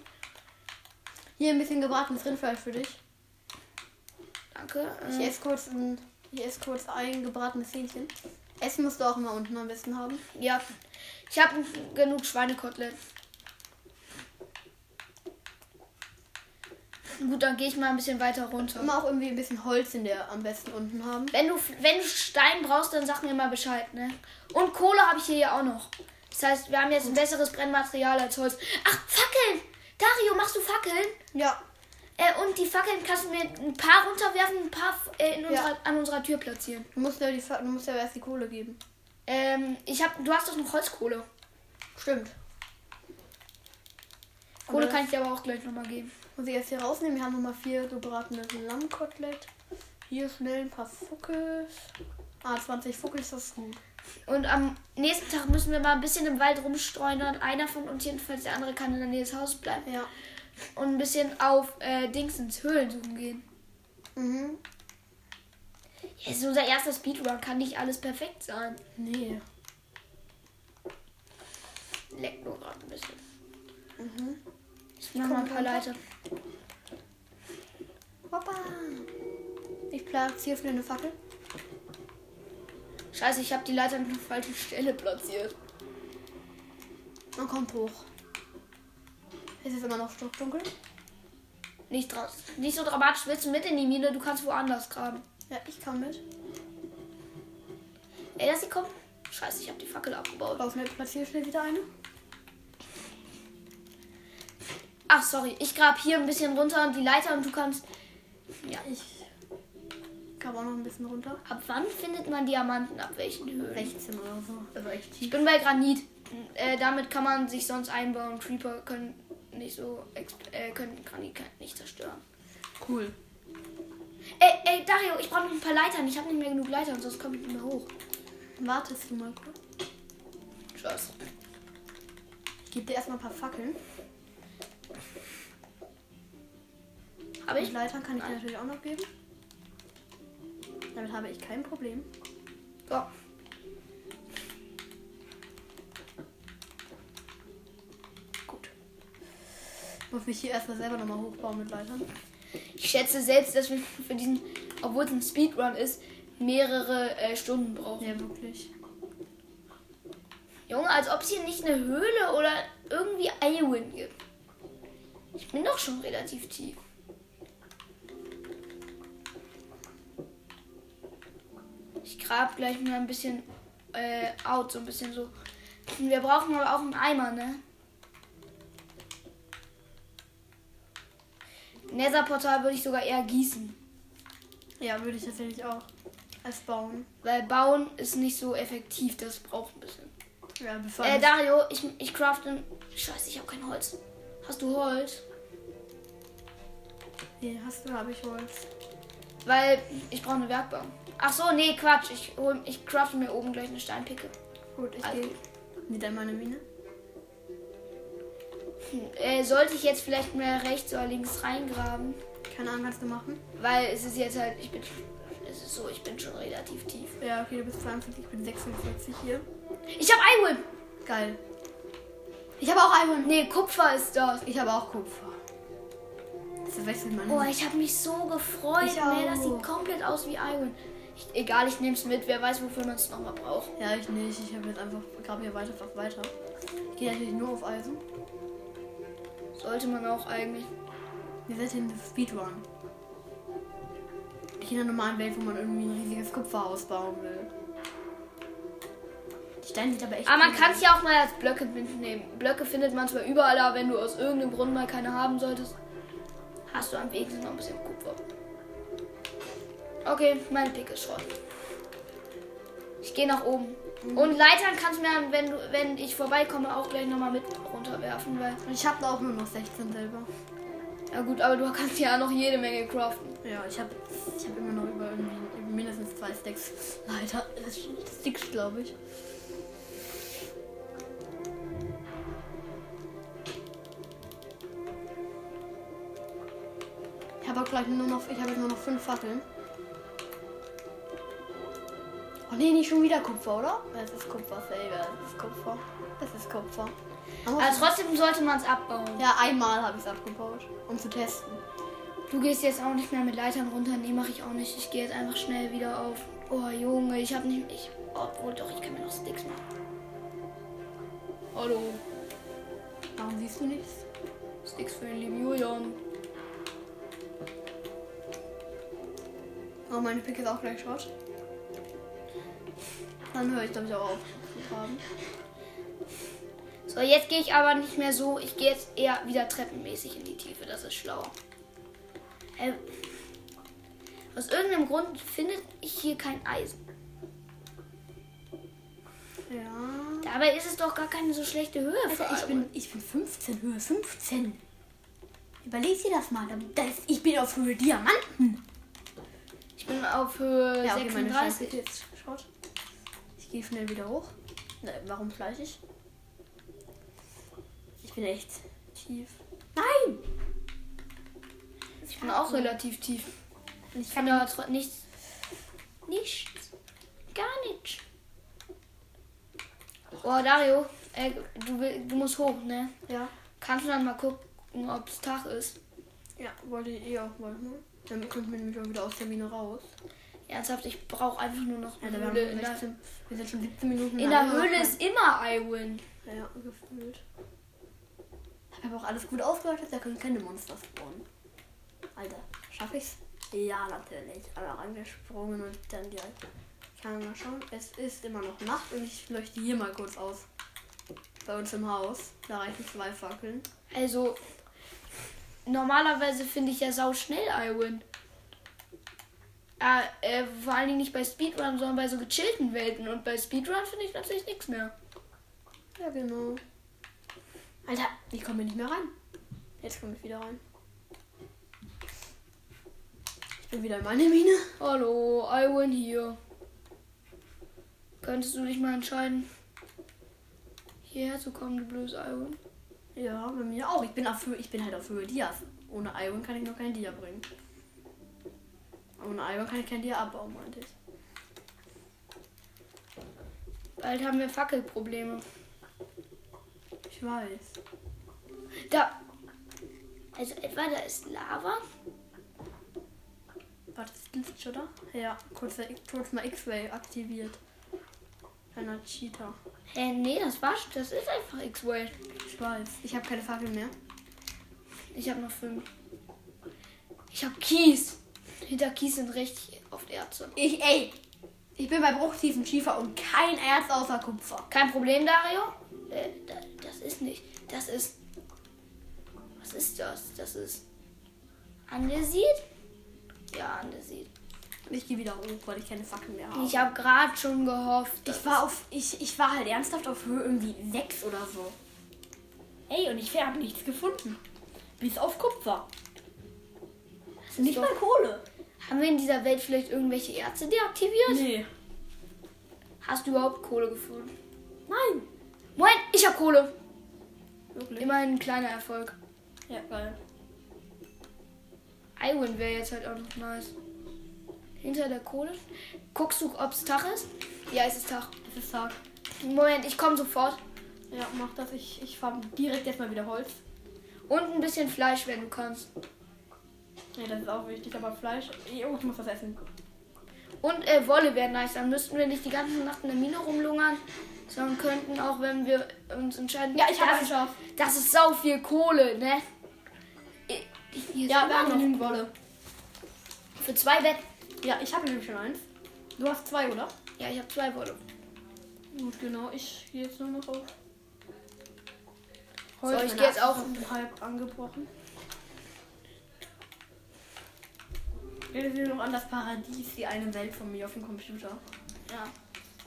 Speaker 2: Hier ein bisschen gebratenes Rindfleisch für dich.
Speaker 1: Danke.
Speaker 2: Ich
Speaker 1: Äh,
Speaker 2: esse kurz ein, ich esse kurz ein gebratenes Hähnchen. Essen musst du auch immer unten am besten haben.
Speaker 1: ja. Ich hab genug Schweinekotelett. Gut, dann gehe ich mal ein bisschen weiter runter.
Speaker 2: Immer auch irgendwie ein bisschen Holz in der am besten unten haben.
Speaker 1: Wenn du, wenn du Stein brauchst, dann sag mir mal Bescheid, ne? Und Kohle habe ich hier ja auch noch. Das heißt, wir haben jetzt ein besseres Brennmaterial als Holz. Ach, Fackeln! Dario, machst du Fackeln?
Speaker 2: Ja.
Speaker 1: Äh, und die Fackeln kannst du mir ein paar runterwerfen, ein paar äh, in
Speaker 2: Ja.
Speaker 1: unserer, an unserer Tür platzieren.
Speaker 2: Du musst ja die Fa- du musst ja erst die Kohle geben.
Speaker 1: Ähm, ich hab, du hast doch noch Holzkohle.
Speaker 2: Stimmt.
Speaker 1: Kohle
Speaker 2: Oder-
Speaker 1: kann ich dir aber auch gleich nochmal geben.
Speaker 2: Muss ich erst hier rausnehmen. Wir haben nochmal vier gebratene Lammkotelett. Hier schnell ein paar Fuckels. Ah, 20 Fuckels, das ist gut.
Speaker 1: Und am nächsten Tag müssen wir mal ein bisschen im Wald rumstreunern. Einer von uns jedenfalls, der andere kann in der Nähe des Hauses bleiben.
Speaker 2: Ja.
Speaker 1: und ein bisschen auf äh, Dings ins Höhlen suchen gehen.
Speaker 2: Mhm.
Speaker 1: Es ist unser erster Speedrun, kann nicht alles perfekt sein.
Speaker 2: Nee.
Speaker 1: Leck nur gerade ein bisschen.
Speaker 2: Mhm.
Speaker 1: Ich mach mal ein paar Leiter.
Speaker 2: Hoppa. Ich platziere für eine Fackel.
Speaker 1: Scheiße, ich habe die Leiter an der falschen Stelle platziert.
Speaker 2: Man kommt hoch. Es ist immer noch stockdunkel.
Speaker 1: Nicht, dra- nicht so dramatisch, willst du mit in die Mine? Du kannst woanders graben.
Speaker 2: Ja, ich kann mit.
Speaker 1: Ey, dass sie kommt. Scheiße, ich habe die Fackel abgebaut.
Speaker 2: Auf mir platziere schnell wieder eine.
Speaker 1: Ach, sorry, ich grab hier ein bisschen runter und die Leiter und du kannst. Ja.
Speaker 2: Ich kann auch noch ein bisschen runter.
Speaker 1: Ab wann findet man Diamanten? Ab welchen Höhen?
Speaker 2: 16 oder so. Also echt
Speaker 1: Ich
Speaker 2: tief.
Speaker 1: bin bei Granit. Äh, damit kann man sich sonst einbauen. Creeper können nicht so. exp- Äh, können Granit kein- nicht zerstören.
Speaker 2: Cool.
Speaker 1: Ey, ey, Dario, ich brauche noch ein paar Leitern. Ich habe nicht mehr genug Leitern, sonst komme ich nicht mehr hoch.
Speaker 2: Wartest du mal kurz?
Speaker 1: Tschüss.
Speaker 2: Ich gebe dir erstmal ein paar Fackeln.
Speaker 1: Habe ich?
Speaker 2: Und Leitern kann ich dir natürlich auch noch geben. Damit habe ich kein Problem.
Speaker 1: So.
Speaker 2: Gut. Muss mich hier erstmal selber nochmal hochbauen mit Leitern.
Speaker 1: Ich schätze selbst, dass wir für diesen, obwohl es ein Speedrun ist, mehrere äh, Stunden brauchen.
Speaker 2: Ja, wirklich.
Speaker 1: Junge, als ob es hier nicht eine Höhle oder irgendwie Iowin gibt. Ich bin doch schon relativ tief. Ich grab gleich mal ein bisschen äh, out, so ein bisschen so. Wir brauchen aber auch einen Eimer, ne? Netherportal würde ich sogar eher gießen.
Speaker 2: Ja, würde ich tatsächlich auch. Als bauen.
Speaker 1: Weil bauen ist nicht so effektiv, das braucht ein bisschen.
Speaker 2: Ja, bevor
Speaker 1: Äh, Dario, ich, ich crafte. Scheiße, ich habe kein Holz. Hast du Holz?
Speaker 2: Nee, hast du, habe ich Holz.
Speaker 1: Weil ich brauche eine Werkbank. Ach so, nee, Quatsch. Ich, hol, ich crafte mir oben gleich eine Steinpicke.
Speaker 2: Gut, ich
Speaker 1: Also-
Speaker 2: gehe wieder in meine Mine.
Speaker 1: Hm, äh, sollte ich jetzt vielleicht mehr rechts oder links reingraben?
Speaker 2: Keine Ahnung, kannst du machen?
Speaker 1: Weil es ist jetzt halt, ich bin, es ist so, ich bin schon relativ tief.
Speaker 2: Ja, okay, du bist 42, ich bin 46 hier.
Speaker 1: Ich habe Iron.
Speaker 2: Geil. Ich habe auch Iron.
Speaker 1: Nee, Kupfer ist das.
Speaker 2: Ich habe auch Kupfer. Das wechselt man.
Speaker 1: Oh, ich habe mich so gefreut.
Speaker 2: Ich
Speaker 1: nee, das
Speaker 2: auch.
Speaker 1: sieht komplett aus wie Iron. Ich, egal, ich nehme es mit. Wer weiß, wofür man es nochmal braucht.
Speaker 2: Ja, ich nicht. Ich habe jetzt einfach gerade hier weiter, einfach weiter. Ich gehe natürlich nur auf Eisen.
Speaker 1: Sollte man auch eigentlich.
Speaker 2: Wir sind hier in der Speedrun. Nicht in der normalen Welt, wo man irgendwie ein riesiges Kupferhaus bauen will. Die Steine sind aber echt.
Speaker 1: Aber man
Speaker 2: cool.
Speaker 1: kann es ja auch mal als Blöcke mitnehmen. Blöcke findet man zwar überall, aber wenn du aus irgendeinem Grund mal keine haben solltest, hast du am wenigsten noch ein bisschen Kupfer. Okay, meine Pick ist Schrott. Ich gehe nach oben. Und Leitern kannst du mir, wenn, du, wenn ich vorbeikomme, auch gleich nochmal mit runterwerfen, weil.
Speaker 2: Und ich habe auch nur noch 16 Silber.
Speaker 1: Ja gut, aber du kannst ja noch jede Menge craften.
Speaker 2: Ja, ich habe ich hab immer noch über irgendwie mindestens zwei Stacks. Leider. Das ist Sticks, glaube ich. Ich habe auch gleich nur noch, ich habe jetzt nur noch fünf Fackeln. Oh nee, nicht schon wieder Kupfer, oder? Das ist Kupfer, safe. Das ist Kupfer. Das ist Kupfer. Man
Speaker 1: Aber
Speaker 2: muss-
Speaker 1: Also trotzdem sollte man es abbauen.
Speaker 2: ja, einmal habe ich es abgebaut, um zu testen.
Speaker 1: Du gehst jetzt auch nicht mehr mit Leitern runter. Nee, mache ich auch nicht. Ich gehe jetzt einfach schnell wieder auf. Oh, Junge, ich habe nicht. Ich, obwohl, doch, ich kann mir noch Sticks machen. Hallo,
Speaker 2: Warum siehst du nichts?
Speaker 1: Sticks für den lieben Julian.
Speaker 2: Oh, meine Pick ist auch gleich Schrott. Dann höre ich glaube ich auch auf zu haben.
Speaker 1: So, jetzt gehe ich aber nicht mehr so. Ich gehe jetzt eher wieder treppenmäßig in die Tiefe. Das ist schlauer. Hä? Aus irgendeinem Grund findet ich hier kein Eisen.
Speaker 2: Ja.
Speaker 1: Dabei ist es doch gar keine so schlechte Höhe. für
Speaker 2: Alter, Also, ich
Speaker 1: Iron.
Speaker 2: bin, ich bin 15, Höhe 15. Überleg dir das mal. Das, ich bin auf Höhe Diamanten.
Speaker 1: ich bin auf Höhe
Speaker 2: Ja, okay, meine
Speaker 1: 36.
Speaker 2: Scheiße jetzt Schrott. Ich gehe schnell wieder hoch. Ne, warum fleißig? Ich bin echt tief. Nein!
Speaker 1: Und auch relativ tief. Ich kann aber tro- nichts. Nichts. Gar nichts. Oh, Dario, äh, du, will- du musst hoch, ne?
Speaker 2: Ja.
Speaker 1: Kannst du dann mal gucken, ob es Tag ist?
Speaker 2: Ja, wollte ich eh auch mal. Ne? Dann kommt mir nämlich auch wieder aus Termine raus.
Speaker 1: Ernsthaft, ich brauche einfach nur noch eine
Speaker 2: Also wir, haben
Speaker 1: Höhle. In der,
Speaker 2: 16, wir sind schon 17 Minuten
Speaker 1: in der Höhle ist immer Iwin.
Speaker 2: Ja, ja, gefühlt. Ich habe auch alles gut ausgeleuchtet, da können keine Monster spawnen. Alter, schaffe ich's? Ja, natürlich. Aber angesprungen und dann direkt. Ich kann mal schauen. Es ist immer noch Nacht und ich leuchte hier mal kurz aus. Bei uns im Haus. Da reichen zwei Fackeln.
Speaker 1: Also, normalerweise finde ich ja sau schnell Iwin. Ah, äh, vor allen Dingen nicht bei Speedrun, sondern bei so gechillten Welten. Und bei Speedrun finde ich natürlich nichts mehr.
Speaker 2: Ja, genau. Alter, ich komme nicht mehr rein. Jetzt komme ich wieder rein. Ich bin wieder in meiner Mine.
Speaker 1: Hallo, Iwin hier. Könntest du dich mal entscheiden, hierher zu kommen, du blödes Iwin?
Speaker 2: Ja, bei mir auch. Ich bin, auf Höhe, ich bin halt auf Höhe Dias. Ohne Iron kann ich noch kein Dia bringen. Ohne Iron kann ich kein Dia abbauen, meinte ich.
Speaker 1: Bald haben wir Fackelprobleme.
Speaker 2: Ich weiß.
Speaker 1: Da. Also etwa da ist Lava.
Speaker 2: War das Glitch, oder? Ja, kurz, kurz mal X-Ray aktiviert. Einer Cheater.
Speaker 1: Äh, nee, das war das ist einfach X-Way.
Speaker 2: Ich weiß. Ich habe keine Fackel mehr.
Speaker 1: Ich habe noch fünf. Ich habe Kies. Hinter Kies sind richtig oft Erze.
Speaker 2: Ich, ey! Ich bin bei bruchtiefen Schiefer und kein Erz außer Kupfer.
Speaker 1: Kein Problem, Dario. Äh, da, das ist nicht. Das ist. Was ist das? Das ist. Andesit? Ja, Andesit.
Speaker 2: Ich gehe wieder hoch, weil ich keine Fackel mehr habe.
Speaker 1: Ich habe gerade schon gehofft. dass-
Speaker 2: Ich war auf. Ich, ich war halt ernsthaft auf Höhe irgendwie 6 oder so. Ey, und ich habe nichts gefunden. Bis auf Kupfer.
Speaker 1: das ist
Speaker 2: Nicht
Speaker 1: doch-
Speaker 2: mal Kohle.
Speaker 1: Haben wir in dieser Welt vielleicht irgendwelche Erze deaktiviert?
Speaker 2: Nee.
Speaker 1: Hast du überhaupt Kohle gefunden?
Speaker 2: Nein.
Speaker 1: Moment, ich habe Kohle.
Speaker 2: Wirklich?
Speaker 1: Immerhin ein kleiner Erfolg.
Speaker 2: Ja, geil.
Speaker 1: Iwin wäre jetzt halt auch noch nice. Hinter der Kohle. Guckst du, ob es Tag ist? Ja, es ist Tag.
Speaker 2: Es ist Tag.
Speaker 1: Moment, ich komme sofort.
Speaker 2: Ja, mach das. Ich, ich fahre direkt erstmal wieder Holz.
Speaker 1: Und ein bisschen Fleisch, wenn du kannst.
Speaker 2: Ja, das ist auch wichtig, aber Fleisch. Jo, ich muss was essen.
Speaker 1: Und äh, Wolle wäre nice. Dann müssten wir nicht die ganze Nacht in der Mine rumlungern, sondern könnten auch, wenn wir uns entscheiden.
Speaker 2: Ja, ich hab
Speaker 1: das,
Speaker 2: geschafft.
Speaker 1: das ist sau viel Kohle, ne? Äh, Hier ist
Speaker 2: Ja, wir
Speaker 1: überall
Speaker 2: haben genügend Wolle.
Speaker 1: Für zwei Betten.
Speaker 2: Ja, ich habe nämlich schon eins. Du hast zwei, oder?
Speaker 1: Ja, ich habe zwei Wolle.
Speaker 2: Gut, genau. Ich gehe jetzt nur noch auf.
Speaker 1: So, ich
Speaker 2: Meine
Speaker 1: geh jetzt
Speaker 2: Axt
Speaker 1: auch-
Speaker 2: ist halb angebrochen. Ich will noch an das Paradies, die eine Welt von mir auf dem Computer.
Speaker 1: Ja.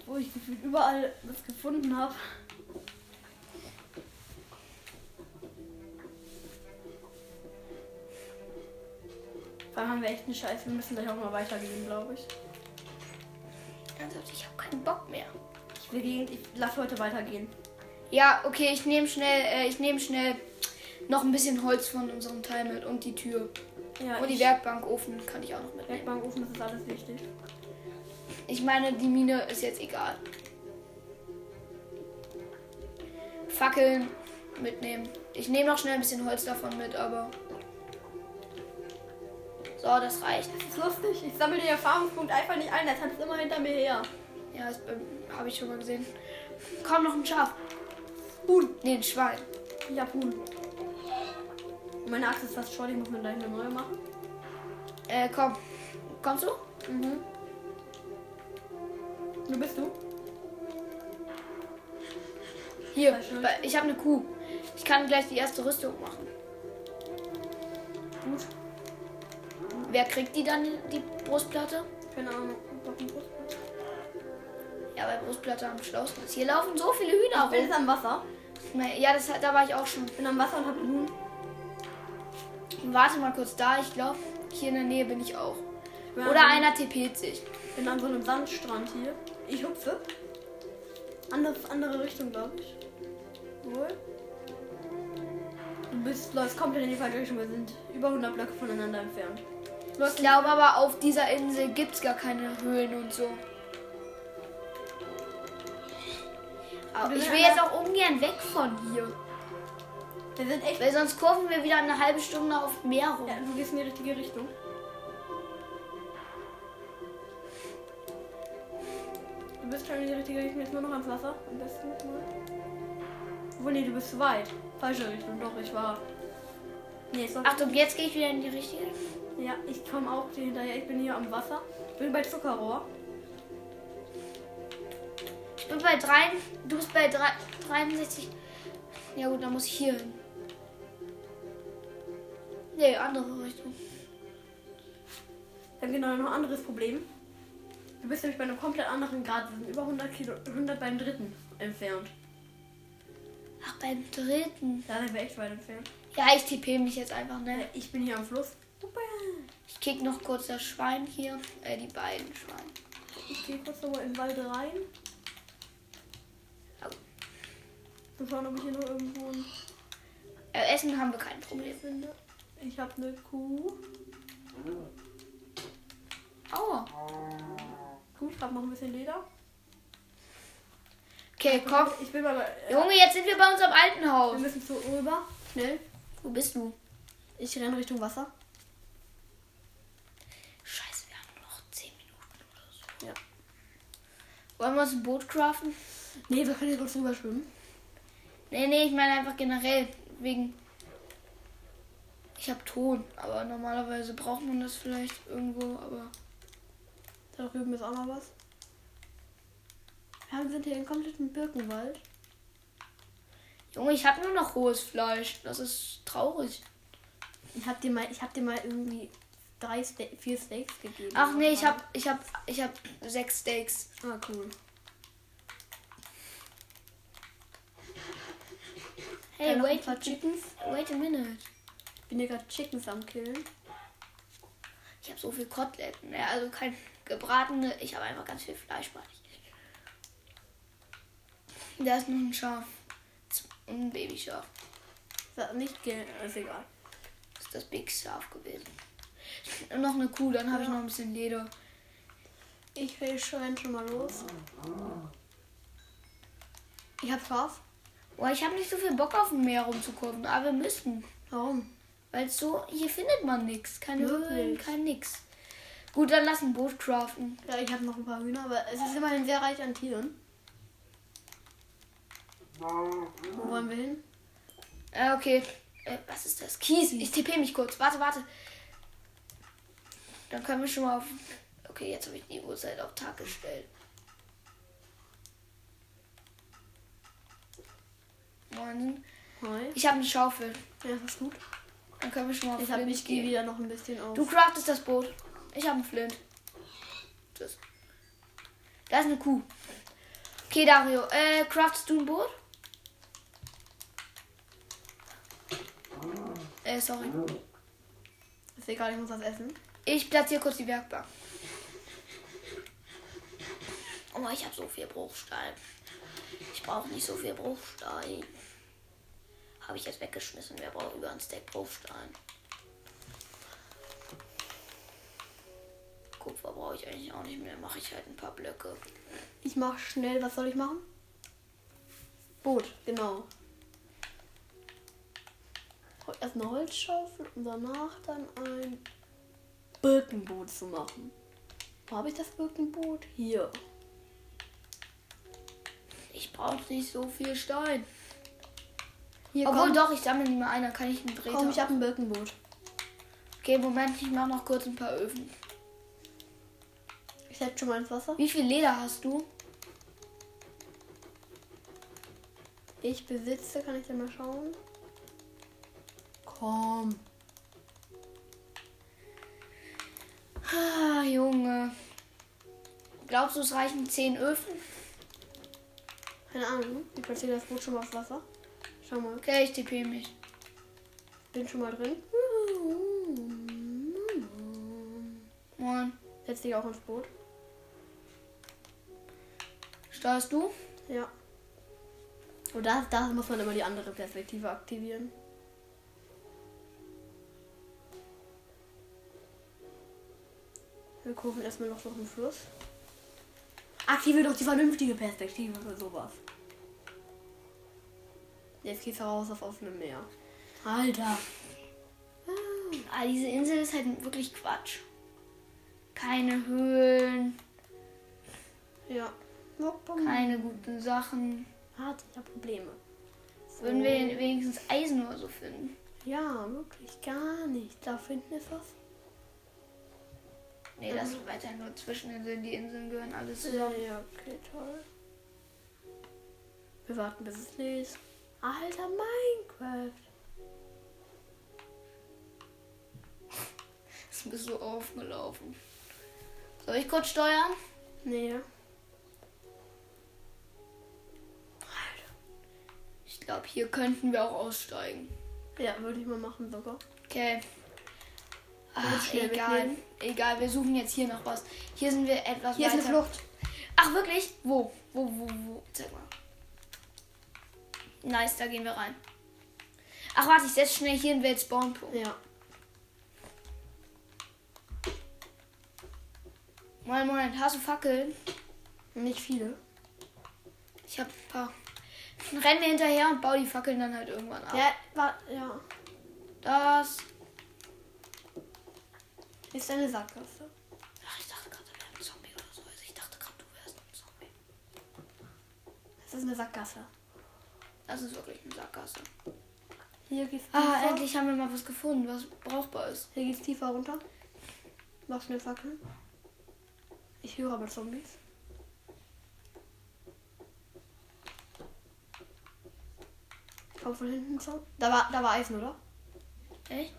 Speaker 2: Wo ich gefühlt überall was gefunden habe. Vor allem haben wir echt einen Scheiß. Wir müssen gleich auch mal weitergehen, glaube ich.
Speaker 1: Ernsthaft, ich habe keinen Bock mehr.
Speaker 2: Ich will gehen, ich lass heute weitergehen.
Speaker 1: Ja, okay, ich nehme schnell, äh, ich nehme schnell noch ein bisschen Holz von unserem Teil mit und die Tür.
Speaker 2: Ja,
Speaker 1: und die
Speaker 2: ich-
Speaker 1: Werkbank, Ofen kann ich auch noch mitnehmen.
Speaker 2: Werkbankofen, das ist alles wichtig.
Speaker 1: Ich meine, die Mine ist jetzt egal. Fackeln mitnehmen. Ich nehme noch schnell ein bisschen Holz davon mit, aber. So, das reicht.
Speaker 2: Das ist lustig. Ich sammle den Erfahrungspunkt einfach nicht ein. Das hat es immer hinter mir her.
Speaker 1: Ja, das habe ich schon mal gesehen. Komm, noch ein Schaf.
Speaker 2: Huhn.
Speaker 1: Nee, ein Schwein.
Speaker 2: Ich hab Huhn. Meine Axt ist fast schott. Ich muss mir gleich eine neue machen.
Speaker 1: Äh, komm. Kommst du?
Speaker 2: Mhm. Wo bist du?
Speaker 1: Hier,
Speaker 2: Sehr schön.
Speaker 1: bei- ich habe eine Kuh. Ich kann gleich die erste Rüstung machen.
Speaker 2: Gut.
Speaker 1: Wer kriegt die dann, die Brustplatte?
Speaker 2: Keine Ahnung.
Speaker 1: Ja, bei Brustplatte am schlausten ist. Hier laufen so viele Hühner
Speaker 2: Ich bin
Speaker 1: rum.
Speaker 2: jetzt am Wasser.
Speaker 1: Na, Ja, das, da war ich auch schon.
Speaker 2: Ich bin am Wasser und hab einen Huhn.
Speaker 1: Warte mal kurz da, ich glaube, hier in der Nähe bin ich auch.
Speaker 2: Ich bin
Speaker 1: Oder
Speaker 2: an,
Speaker 1: einer TP't sich.
Speaker 2: Ich bin an so einem Sandstrand hier. Ich hupfe. Andere, andere Richtung, glaube ich. Wohl. Du bist, läufst komplett in die falsche Richtung. Wir sind über 100 Blöcke voneinander entfernt.
Speaker 1: Ich glaube aber, auf dieser Insel gibt es gar keine Höhlen und so. Aber ich will jetzt auch ungern weg von hier.
Speaker 2: Wir sind echt.
Speaker 1: Weil sonst kurven wir wieder eine halbe Stunde auf dem Meer rum.
Speaker 2: Ja, du gehst in die richtige Richtung. Du bist schon in die richtige Richtung. Jetzt nur noch ans Wasser. Am besten mal. Obwohl, nee, du bist zu weit. Falsche Richtung. Doch, ich war. Nee, ist noch.
Speaker 1: Achtung, jetzt gehe ich wieder in die richtige.
Speaker 2: Ja, ich komme auch dir hinterher. Ich bin hier am Wasser. Ich bin bei Zuckerrohr.
Speaker 1: Ich bin bei drei, du bist bei drei, 63. Ja gut, dann muss ich hier hin. Nee, andere Richtung.
Speaker 2: Wir haben genau noch ein anderes Problem. Du bist nämlich bei einem komplett anderen Grad. Wir sind über 100, Kilo, 100 beim dritten entfernt.
Speaker 1: Ach, beim dritten.
Speaker 2: Da sind wir echt weit entfernt.
Speaker 1: Ja, ich tippe mich jetzt einfach, ne?
Speaker 2: Ich bin hier am Fluss. Super.
Speaker 1: Ich kick noch kurz das Schwein hier. Äh, die beiden Schweine.
Speaker 2: Ich gehe kurz nochmal im Wald rein.
Speaker 1: Au.
Speaker 2: Mal schauen, ob ich hier noch irgendwo ein
Speaker 1: Äh, Essen haben wir kein Problem.
Speaker 2: finde. Ich habe eine Kuh.
Speaker 1: Aua.
Speaker 2: Gut, ich habe noch ein bisschen Leder.
Speaker 1: Okay, komm.
Speaker 2: Ich bin mal bei. Äh,
Speaker 1: Junge, jetzt sind wir bei unserem alten
Speaker 2: wir
Speaker 1: Haus.
Speaker 2: müssen zu rüber. Schnell.
Speaker 1: Wo bist du?
Speaker 2: Ich renne Richtung Wasser.
Speaker 1: Scheiße, wir haben noch 10 Minuten oder so.
Speaker 2: Ja.
Speaker 1: Wollen wir uns ein Boot craften?
Speaker 2: Nee, wir können hier kurz rüber schwimmen.
Speaker 1: Nee, nee, ich meine einfach generell. Wegen. Ich habe Ton, aber normalerweise braucht man das vielleicht irgendwo, aber.
Speaker 2: Da drüben ist auch noch was. Wir haben- sind hier im kompletten Birkenwald.
Speaker 1: Junge, ich habe nur noch rohes Fleisch. Das ist traurig.
Speaker 2: Ich hab dir mal, ich hab dir mal irgendwie drei Ste vier Steaks gegeben.
Speaker 1: Ach nee, ich hab, ich hab, ich hab sechs Steaks.
Speaker 2: Ah, cool.
Speaker 1: Hey,
Speaker 2: Dann noch ein
Speaker 1: wait,
Speaker 2: paar Chickens.
Speaker 1: wait a minute.
Speaker 2: Ich bin hier gerade Chickens am Killen.
Speaker 1: Ich habe so viel Koteletten. Ja, also kein gebratene. Ich habe einfach ganz viel Fleisch bei mir. Da ist noch ein Schaf. Z- Ein Babyschaf.
Speaker 2: Ist das nicht ge- Ist egal.
Speaker 1: Das ist das Big Schaf gewesen. Und noch eine Kuh, dann habe ich noch ein bisschen Leder.
Speaker 2: Ich renn schon mal los. Ich hab Schaf.
Speaker 1: Boah, ich habe nicht so viel Bock auf dem Meer rumzukurven, aber wir müssen.
Speaker 2: Warum?
Speaker 1: Weil so, hier findet man nichts. Keine
Speaker 2: Wirklich?
Speaker 1: Höhlen, kein nix. Gut, dann lass ein Boot craften.
Speaker 2: Ja, ich hab noch ein paar Hühner, aber es ist immerhin sehr reich an Tieren. Wo wollen wir hin?
Speaker 1: Äh, okay. Äh, was ist das? Kies. Ich tippe mich kurz. Warte, warte. Dann können wir schon mal auf. Okay, jetzt habe ich die Uhrzeit auf Tag gestellt. Wahnsinn.
Speaker 2: Hi.
Speaker 1: Ich habe eine Schaufel.
Speaker 2: Ja, ist gut.
Speaker 1: Dann können wir schon mal auf
Speaker 2: Ich hab
Speaker 1: Flint
Speaker 2: mich
Speaker 1: gehen.
Speaker 2: wieder noch ein bisschen auf.
Speaker 1: Du craftest das Boot. Ich habe einen Flint. Das. Da ist eine Kuh. Okay, Dario, äh, craftest du ein Boot? Äh, sorry.
Speaker 2: Ist egal, ich muss was essen.
Speaker 1: Ich platziere kurz die Werkbank. Oh, ich habe so viel Bruchstein. Ich brauche nicht so viel Bruchstein. Habe ich jetzt weggeschmissen. Wer braucht über ein Stack Bruchstein? Kupfer brauche ich eigentlich auch nicht mehr. Mache ich halt ein paar Blöcke.
Speaker 2: Ich mach schnell, was soll ich machen? Boot, genau. Hol- Erst eine Holzschaufel und danach dann ein Birkenboot zu machen. Wo habe ich das Birkenboot? Hier.
Speaker 1: Ich brauche nicht so viel Stein.
Speaker 2: Hier
Speaker 1: Obwohl
Speaker 2: komm,
Speaker 1: doch, ich sammle nicht mal ein. Dann kann ich einen Bretter.
Speaker 2: komm, ich habe ein Birkenboot.
Speaker 1: okay, Moment, ich mache noch kurz ein paar Öfen.
Speaker 2: Ich setze schon mal ins Wasser.
Speaker 1: Wie viel Leder hast du?
Speaker 2: Ich besitze, kann ich da mal schauen? Komm.
Speaker 1: Ah, Junge. Glaubst du, es reichen 10 Öfen?
Speaker 2: Keine Ahnung. Ich platziere das Boot schon mal aufs Wasser. Schau mal.
Speaker 1: Okay, ich tippe mich.
Speaker 2: Bin schon mal drin.
Speaker 1: Moin.
Speaker 2: Setz dich auch ins Boot.
Speaker 1: Steuerst du?
Speaker 2: Ja. Und da, da muss man immer die andere Perspektive aktivieren. Wir gucken erstmal noch nach dem Fluss. Aktive doch die vernünftige Perspektive oder sowas. Jetzt geht's raus auf offenem Meer. Alter.
Speaker 1: Ah, diese Insel ist halt wirklich Quatsch. Keine Höhlen,
Speaker 2: Ja.
Speaker 1: keine guten Sachen.
Speaker 2: Hat ja Probleme.
Speaker 1: Würden wir denn wenigstens Eisen oder so finden?
Speaker 2: Ja, wirklich gar nicht. Da finden wir was.
Speaker 1: Nee, das ist weiterhin nur Zwischeninseln. Die Inseln gehören alles
Speaker 2: Ja,
Speaker 1: zusammen.
Speaker 2: ja, okay, toll. Wir warten, bis es lädt. Alter, Minecraft.
Speaker 1: Ist ein bisschen aufgelaufen. Soll ich kurz steuern?
Speaker 2: Nee. Alter.
Speaker 1: Ich glaube, hier könnten wir auch aussteigen.
Speaker 2: Ja, würde ich mal machen sogar.
Speaker 1: Okay. Ach,
Speaker 2: schnell
Speaker 1: egal.
Speaker 2: mitnehmen?
Speaker 1: Egal, wir suchen jetzt hier noch was. Hier sind wir etwas
Speaker 2: Hier
Speaker 1: weiter.
Speaker 2: ist eine Flucht.
Speaker 1: Ach, wirklich? Wo? Wo, wo, wo? Zeig mal. Nice, da gehen wir rein. Ach, warte, ich setze schnell hier einen Weltspawnpunkt.
Speaker 2: Ja.
Speaker 1: Moin, moin, hast du Fackeln?
Speaker 2: Nicht viele.
Speaker 1: Ich hab ein paar. Dann rennen wir hinterher und bau die Fackeln dann halt irgendwann ab.
Speaker 2: Ja, war, ja.
Speaker 1: Das.
Speaker 2: Ist eine Sackgasse.
Speaker 1: Ach, ich dachte gerade, da wäre ein Zombie oder so. Also ich dachte gerade, du wärst ein Zombie.
Speaker 2: Es ist eine Sackgasse.
Speaker 1: Das ist wirklich eine Sackgasse.
Speaker 2: Hier geht's
Speaker 1: Ah,
Speaker 2: tiefer.
Speaker 1: endlich haben wir mal was gefunden, was brauchbar ist.
Speaker 2: Hier geht's tiefer runter. Machst du eine Fackel? Ich höre aber Zombies. Komm von hinten Zombie. Da war, da war Eisen, oder?
Speaker 1: Echt?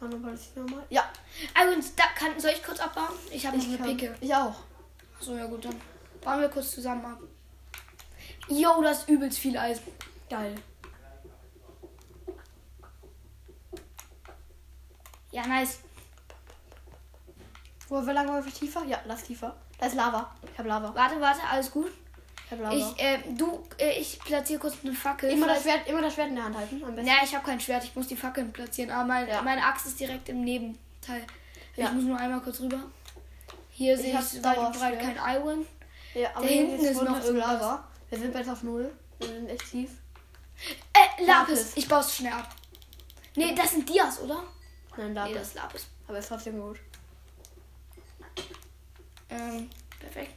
Speaker 2: War nur Palästina mal? Ja,
Speaker 1: Ah, übrigens, da kann, soll ich kurz abbauen? Ich habe noch eine
Speaker 2: kann.
Speaker 1: Picke.
Speaker 2: Ich auch.
Speaker 1: Achso, ja gut, dann bauen wir kurz zusammen ab. Jo, das ist übelst viel Eisen.
Speaker 2: Geil.
Speaker 1: Ja, nice.
Speaker 2: Wo wir lang wollen wir tiefer? Ja, lass tiefer. Da ist Lava. Ich hab Lava.
Speaker 1: Warte, warte, alles gut.
Speaker 2: Ich hab Lava.
Speaker 1: Ich, äh, du, äh, ich platziere kurz eine Fackel.
Speaker 2: immer, das
Speaker 1: Vielleicht-
Speaker 2: Schwert, immer das Schwert in der Hand halten. Am besten.
Speaker 1: Naja, ich habe kein Schwert, ich muss die Fackeln platzieren. Aber mein,
Speaker 2: Ja.
Speaker 1: meine Axt ist direkt im Nebenteil.
Speaker 2: Ja.
Speaker 1: Ich muss nur einmal kurz rüber. Hier sehe
Speaker 2: hab
Speaker 1: ich weit und breit
Speaker 2: Dauerschwert.
Speaker 1: kein Iron.
Speaker 2: Ja, aber
Speaker 1: hinten
Speaker 2: hier geht's
Speaker 1: ist
Speaker 2: runter
Speaker 1: noch
Speaker 2: zu
Speaker 1: irgendwas.
Speaker 2: Lava. Wir sind bald auf Null. Wir sind echt tief.
Speaker 1: Äh, Lapis.
Speaker 2: Lapis.
Speaker 1: Ich baue es schnell ab. Nee, das sind Dias, oder?
Speaker 2: Nein, Lava.
Speaker 1: Nee, das ist Lapis.
Speaker 2: aber ist trotzdem gut.
Speaker 1: Ähm, perfekt.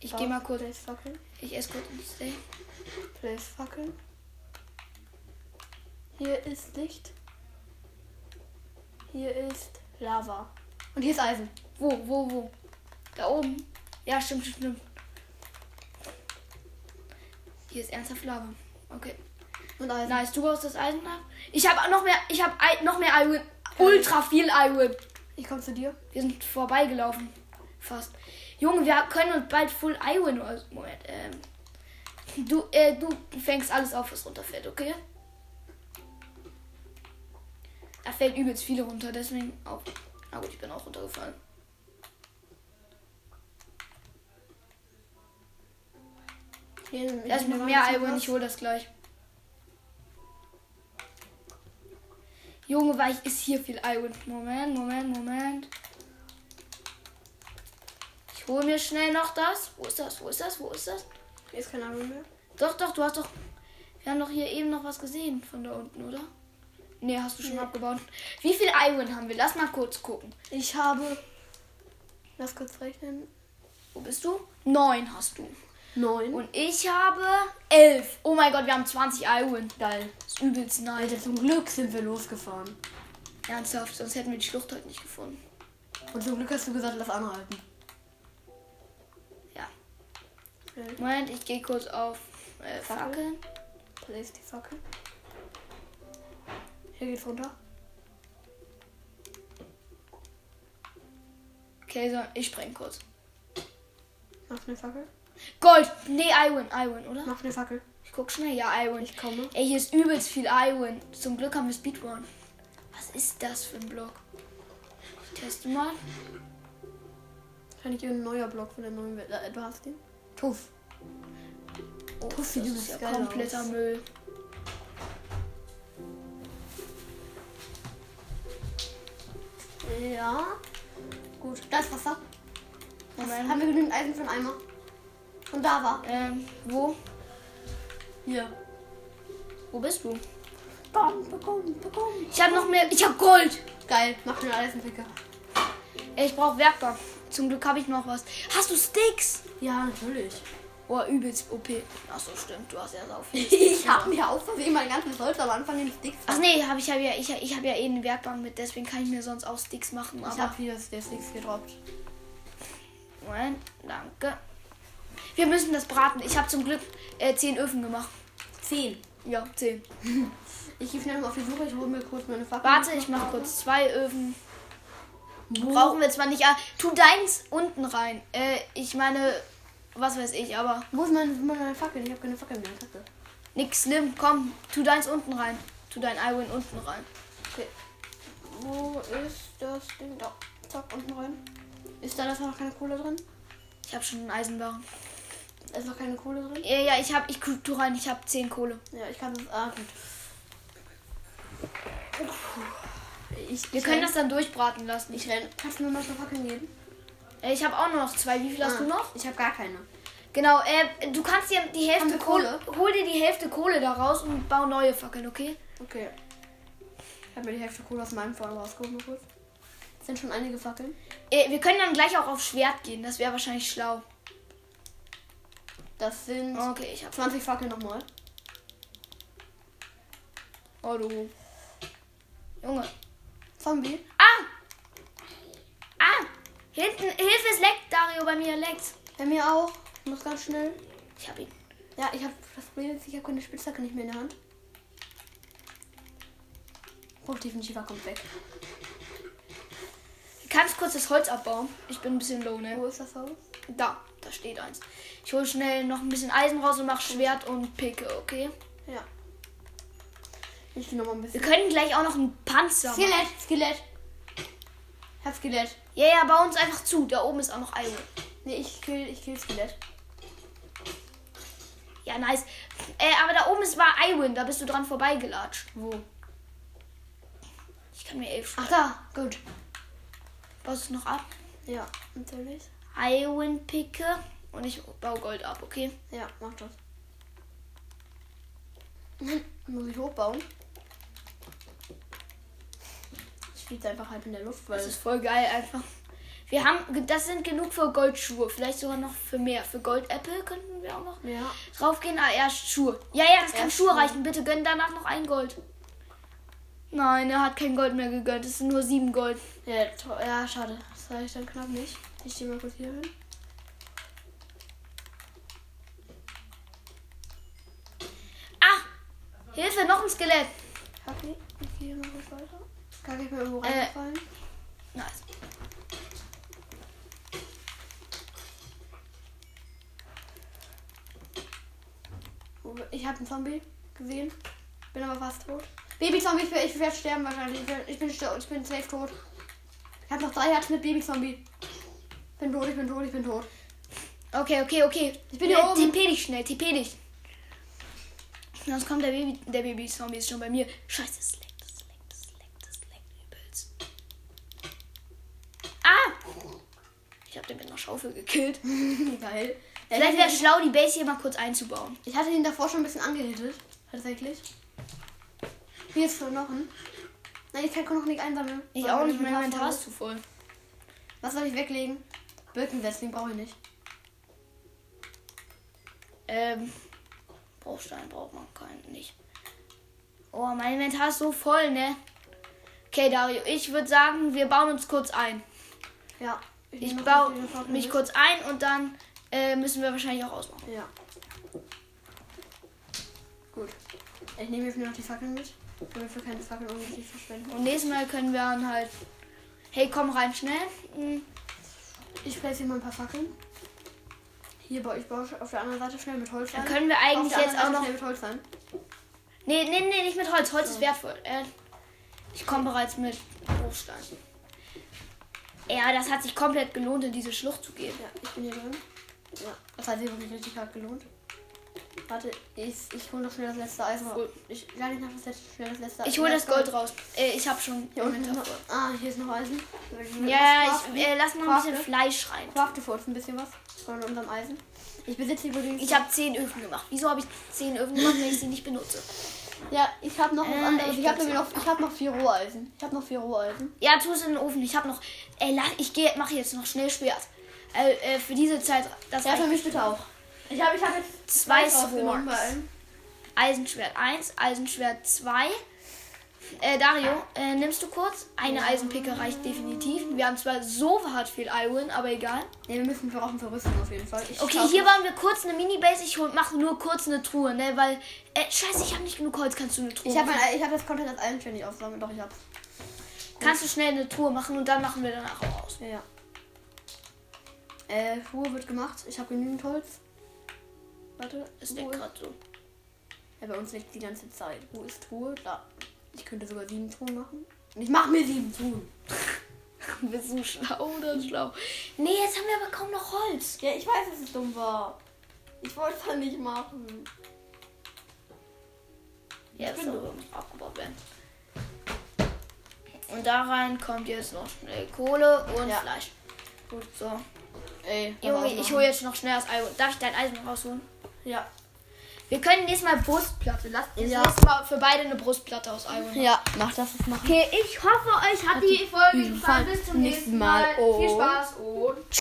Speaker 1: Ich gehe mal kurz.
Speaker 2: Place Fackeln.
Speaker 1: Ich esse kurz ein Steak.
Speaker 2: Place Fackeln. Hier ist Licht. Hier ist Lava. Und hier ist Eisen.
Speaker 1: Wo, wo, wo? Da oben? Ja, stimmt, stimmt, stimmt. Hier ist ernsthaft Lava. Okay.
Speaker 2: Und Eisen.
Speaker 1: Nice, du baust das Eisen ab. Ich habe noch mehr, ich habe noch mehr Iron. Ultra viel Iron.
Speaker 2: Ich komme zu dir.
Speaker 1: Wir sind vorbeigelaufen. Fast. Junge, wir können uns bald Full Iron. oder so- Moment, ähm. Du, äh, du fängst alles auf, was runterfällt, okay? Da fällt übelst viele runter, deswegen auch. Na gut, ich bin auch runtergefallen.
Speaker 2: Hier sind-
Speaker 1: Da ist noch
Speaker 2: hier
Speaker 1: mehr
Speaker 2: ist
Speaker 1: Iron,
Speaker 2: was.
Speaker 1: ich hole das gleich. Junge, weil ich ist hier viel Iron. Moment, Moment, Moment. Ich hole mir schnell noch das. Wo ist das? Wo ist das? Wo ist das?
Speaker 2: Hier ist kein Iron mehr.
Speaker 1: Doch, doch, du hast doch. Wir haben doch hier eben noch was gesehen von da unten, oder? Nee, hast du schon
Speaker 2: Nee.
Speaker 1: abgebaut. Wie viel Iron haben wir? Lass mal kurz gucken.
Speaker 2: Ich habe. Lass kurz rechnen.
Speaker 1: Wo bist du? Neun hast du.
Speaker 2: Neun.
Speaker 1: Und ich habe elf. Oh mein Gott, wir haben 20 Iron.
Speaker 2: geil.
Speaker 1: Das ist übelst nice.
Speaker 2: Alter, zum Glück sind wir losgefahren.
Speaker 1: Ernsthaft, sonst hätten wir die Schlucht heute nicht gefunden.
Speaker 2: Und zum Glück hast du gesagt, lass anhalten.
Speaker 1: Ja.
Speaker 2: Ja.
Speaker 1: Moment, ich gehe kurz auf äh, Fackeln.
Speaker 2: Fackeln. Da ist die Fackel. Hier geht's runter.
Speaker 1: Okay, so, ich spring kurz.
Speaker 2: Mach eine Fackel.
Speaker 1: Gold! Nee, Iron, Iron, oder?
Speaker 2: Mach eine Fackel.
Speaker 1: Ich guck schnell. Ja, Iron.
Speaker 2: Ich komme.
Speaker 1: Ey, hier ist übelst viel Iron. Zum Glück haben wir Speedrun. Was ist das für ein Block? Ich teste mal.
Speaker 2: Kann ich irgendein neuer Block von der neuen Welt. Äh, du hast den? Tuff.
Speaker 1: Oh,
Speaker 2: Puff, wie du bist geil
Speaker 1: kompletter
Speaker 2: aus.
Speaker 1: Müll.
Speaker 2: Ja. Gut, da ist Wasser. Das
Speaker 1: Moment.
Speaker 2: haben wir genügend Eisen für den Eimer. Und da war.
Speaker 1: Ähm, wo?
Speaker 2: Hier.
Speaker 1: Wo bist du?
Speaker 2: Komm, komm, komm.
Speaker 1: Ich habe noch mehr. Ich habe Gold.
Speaker 2: Geil, mach den Eisenpicker.
Speaker 1: Ich brauche Werkbank. Zum Glück habe ich noch was. Hast du Sticks?
Speaker 2: Ja, natürlich.
Speaker 1: Oh, übelst OP. Achso, stimmt. Du hast ja sau viel.
Speaker 2: Ich habe mir aus Versehen mein ganzes Holz am Anfang in Sticks.
Speaker 1: Ach nee, habe ich, hab ja, ich, ich habe ja eh eine Werkbank mit, deswegen kann ich mir sonst auch Sticks machen.
Speaker 2: Ich
Speaker 1: Aber
Speaker 2: hab hier das- der Sticks gedroppt.
Speaker 1: Moment, danke. Wir müssen das braten. Ich habe zum Glück äh, zehn Öfen gemacht.
Speaker 2: Zehn.
Speaker 1: Ja, zehn.
Speaker 2: Ich gehe schnell noch auf die Suche, ich hole mir kurz meine Fackel.
Speaker 1: Warte, ich mache kurz zwei Öfen.
Speaker 2: Wo?
Speaker 1: Brauchen wir zwar nicht, ah, tu deins unten rein. Äh, ich meine, was weiß ich, aber
Speaker 2: Wo ist meine, meine Fackel? Ich habe keine Fackel mehr. Kacke.
Speaker 1: nix schlimm. Komm, tu deins unten rein. Tu dein Iwin unten rein.
Speaker 2: Okay. Wo ist das Ding? Da. Zack, unten rein. Ist da das noch keine Kohle drin?
Speaker 1: Ich habe schon einen Eisenbarren.
Speaker 2: Da Ist noch keine Kohle drin?
Speaker 1: Ja, ja, ich habe, ich tu rein. Ich habe zehn Kohle.
Speaker 2: Ja, ich kann das. Ah, gut. Ich,
Speaker 1: Wir
Speaker 2: ich
Speaker 1: können
Speaker 2: renn-
Speaker 1: das dann durchbraten lassen. Ich,
Speaker 2: Ich renn. Kannst du mir mal eine Fackel geben?
Speaker 1: äh, ich habe auch nur noch zwei. Wie viel hast
Speaker 2: Ah,
Speaker 1: du noch?
Speaker 2: Ich habe gar keine.
Speaker 1: Genau, äh, du kannst dir die
Speaker 2: Haben
Speaker 1: Hälfte
Speaker 2: wir
Speaker 1: Kohle.
Speaker 2: Kohle?
Speaker 1: Hol dir die Hälfte Kohle daraus und bau neue Fackeln, okay?
Speaker 2: Okay. Ich habe mir die Hälfte Kohle aus meinem Feuer rausgeholt. nur kurz. Es sind schon einige Fackeln.
Speaker 1: Äh, wir können dann gleich auch auf Schwert gehen. Das wäre wahrscheinlich schlau.
Speaker 2: Das sind
Speaker 1: Okay, ich habe.
Speaker 2: 20 Fackeln nochmal.
Speaker 1: Oh, du. Junge.
Speaker 2: Zombie.
Speaker 1: Ah! Ah! Hinten, Hilfe, es leckt, Dario, bei mir leckt.
Speaker 2: Bei mir auch. Ich muss ganz schnell.
Speaker 1: Ich hab ihn.
Speaker 2: Ja, ich habe das Problem ist, ich habe keine Spitzhacke nicht mehr in der Hand. Hochtiefen kommt weg.
Speaker 1: Du kannst kurz das Holz abbauen. Ich bin ein bisschen low, ne?
Speaker 2: Wo ist das Haus?
Speaker 1: Da, da steht eins. Ich hol schnell noch ein bisschen Eisen raus und mach Schwert und Picke, okay?
Speaker 2: Ja. Ich gehe nochmal ein
Speaker 1: Wir
Speaker 2: bisschen.
Speaker 1: können gleich auch noch einen Panzer. machen.
Speaker 2: Skelett, Skelett. Ich hab Skelett.
Speaker 1: Ja, ja, bau uns einfach zu. Da oben ist auch noch Iron.
Speaker 2: Nee, ich kill, ich kill Skelett.
Speaker 1: Ja, nice. Äh, aber da oben ist war Iwin, da bist du dran vorbeigelatscht.
Speaker 2: Wo?
Speaker 1: Ich kann mir elf
Speaker 2: Ach
Speaker 1: schreiben.
Speaker 2: da, gut.
Speaker 1: Baust du es noch ab?
Speaker 2: Ja, natürlich.
Speaker 1: Iwin picke und ich baue Gold ab, okay?
Speaker 2: Ja, mach das. Muss ich hochbauen? Ich fliege einfach halb in der Luft, weil
Speaker 1: Das ist voll geil einfach. Wir haben, ge- das sind genug für Goldschuhe. Vielleicht sogar noch für mehr. Für Goldäpfel könnten wir auch noch
Speaker 2: Ja.
Speaker 1: draufgehen. Ah, erst Schuhe. Ja, ja, das kann
Speaker 2: Erst
Speaker 1: Schuhe
Speaker 2: Schuhe.
Speaker 1: reichen. Bitte gönn danach noch ein Gold. Nein, er hat kein Gold mehr gegönnt. Es sind nur sieben Gold.
Speaker 2: Ja, to- ja, schade. Das sage ich dann knapp nicht. Ich stehe mal kurz hier hin.
Speaker 1: Ah! Hilfe, noch ein Skelett.
Speaker 2: Kacke, ich gehe mal kurz weiter. Kacke, ich bin irgendwo
Speaker 1: Äh.
Speaker 2: reingefallen.
Speaker 1: Nice.
Speaker 2: Wo- Ich habe einen Zombie gesehen. Bin aber fast tot. Baby-Zombie, ich, werd- ich werde sterben wahrscheinlich. Ich werd- Ich bin, sto- ich bin safe tot. Ich habe noch drei Herzen mit Baby-Zombie. Bin tot, ich bin tot, ich bin tot.
Speaker 1: Okay, okay, okay.
Speaker 2: Ich bin hier
Speaker 1: Ja,
Speaker 2: oben.
Speaker 1: TP dich schnell, TP dich. Sonst kommt der Baby, der Baby-Zombie ist schon bei mir. Scheiße, es leckt, es leckt, es leckt, es leckt übelst. Ah! Ich hab den mit einer Schaufel gekillt.
Speaker 2: Geil. Ja,
Speaker 1: Vielleicht
Speaker 2: ich,
Speaker 1: wäre es
Speaker 2: hatte,
Speaker 1: schlau, die Base hier mal kurz einzubauen.
Speaker 2: ich hatte ihn davor schon ein bisschen angehittet. Tatsächlich. Hier ist Knochen. Nein, ich kann Knochen nicht einsammeln.
Speaker 1: Ich
Speaker 2: Weil
Speaker 1: auch nicht,
Speaker 2: mit
Speaker 1: mein Inventar
Speaker 2: Glas
Speaker 1: ist zu voll.
Speaker 2: Was soll ich weglegen? Birkensetzling brauche ich nicht.
Speaker 1: Ähm, Bruchstein braucht man keinen, nicht. Oh, mein Inventar ist so voll, ne? Okay, Dario, ich würde sagen, wir bauen uns kurz ein.
Speaker 2: Ja.
Speaker 1: Ich
Speaker 2: nehme noch
Speaker 1: baue
Speaker 2: kurz die Fackel
Speaker 1: mich
Speaker 2: mit.
Speaker 1: kurz ein und dann äh, müssen wir wahrscheinlich auch ausmachen.
Speaker 2: Ja. Gut. Ich nehme jetzt nur noch die Fackeln mit, damit wir keine Fackeln unnötig verschwenden.
Speaker 1: Und nächstes Mal können wir dann halt. Hey, komm rein schnell.
Speaker 2: Mhm,
Speaker 1: Hm,
Speaker 2: Ich place hier mal ein paar Fackeln. Hier baue ich baue auf der anderen Seite schnell mit Holz
Speaker 1: Dann
Speaker 2: ein.
Speaker 1: können wir
Speaker 2: auf
Speaker 1: eigentlich
Speaker 2: der
Speaker 1: jetzt
Speaker 2: anderen
Speaker 1: auch noch.
Speaker 2: Seite schnell mit Holz ein.
Speaker 1: Nee, nee, nee, nicht mit Holz. Holz ist wertvoll. Äh, ich komme bereits mit Bruchstein. Ja, das hat sich komplett gelohnt, in diese Schlucht zu gehen.
Speaker 2: Ja, ich bin hier drin. Ja. Das hat sich wirklich richtig hart gelohnt. Warte, ich, ich hole noch schnell das letzte Eisen raus. Ich lade nicht noch das letzte, schnell das letzte
Speaker 1: Ich hole das Gold raus. Äh, ich habe schon.
Speaker 2: Hier unten noch, ah, hier ist noch Eisen.
Speaker 1: Ja, ich äh, lass noch ein
Speaker 2: Craften.
Speaker 1: bisschen Fleisch rein.
Speaker 2: crafte für uns ein bisschen was von unserem Eisen. Ich besitze übrigens.
Speaker 1: Ich habe zehn Öfen gemacht. Wieso habe ich zehn Öfen gemacht, wenn ich sie nicht benutze?
Speaker 2: ja, ich habe noch was
Speaker 1: Äh,
Speaker 2: anderes.
Speaker 1: ich
Speaker 2: Ich, habe
Speaker 1: glaub,
Speaker 2: nämlich noch, ich habe noch vier Roheisen. Ich habe noch vier Roheisen.
Speaker 1: Ja, tu es in den Ofen. Ich habe noch. Ey, la- ich gehe, mache jetzt noch schnell Schwert. Äh, äh, für diese Zeit. Das
Speaker 2: Ja, für
Speaker 1: reicht.
Speaker 2: mich bitte auch. Ich habe, ich habe jetzt
Speaker 1: Zwei
Speaker 2: Eis rausgenommen bei
Speaker 1: Swords.
Speaker 2: allem.
Speaker 1: Eisenschwert 1, Eisenschwert 2. Äh, Dario, äh, nimmst du kurz? Eine Eisenpicke reicht definitiv. Wir haben zwar so hart viel Iron, aber egal.
Speaker 2: Ne, wir müssen wir brauchen verrüsten auf jeden Fall. Ich
Speaker 1: Okay,
Speaker 2: kaufe-
Speaker 1: hier waren wir kurz eine Minibase. Ich hol- mach nur kurz eine Truhe, ne? Weil, äh, scheiße, ich habe nicht genug Holz. Kannst du eine Truhe
Speaker 2: Ich habe
Speaker 1: machen?
Speaker 2: ich hab das Content als Eisenschwert nicht aufsammeln. Doch, ich hab's.
Speaker 1: Kannst du schnell eine Truhe machen und dann machen wir danach auch aus.
Speaker 2: Ja. Äh, Ruhe wird gemacht. Ich habe genügend Holz. Warte,
Speaker 1: Das ist gerade so.
Speaker 2: Ja, bei uns liegt die ganze Zeit. Wo ist Ruhe? Da. Ich könnte sogar sieben Truhen machen. Ich mach mir sieben Truhen.
Speaker 1: Du bist so schlau oder schlau. Nee, jetzt haben wir aber kaum noch Holz.
Speaker 2: Ja, ich weiß, dass es dumm war. Ich wollte es halt nicht machen.
Speaker 1: Ja, das
Speaker 2: bin
Speaker 1: soll übrigens abgebaut werden. Und da rein kommt jetzt noch schnell Kohle und
Speaker 2: Ja.
Speaker 1: Fleisch. Gut, so.
Speaker 2: Ey,
Speaker 1: Junge, ich hole jetzt noch schnell das Eisen. Darf ich dein Eisen noch rausholen?
Speaker 2: Ja.
Speaker 1: Wir können nächstes Mal Brustplatte. Lasst uns
Speaker 2: Ja.
Speaker 1: nächstes Mal für beide eine Brustplatte aus Eisen.
Speaker 2: Ja, mach das, das machen.
Speaker 1: Okay, ich hoffe, euch hat die Folge gefallen. Bis zum nächsten Mal.
Speaker 2: Mal.
Speaker 1: Viel
Speaker 2: Und-
Speaker 1: Spaß und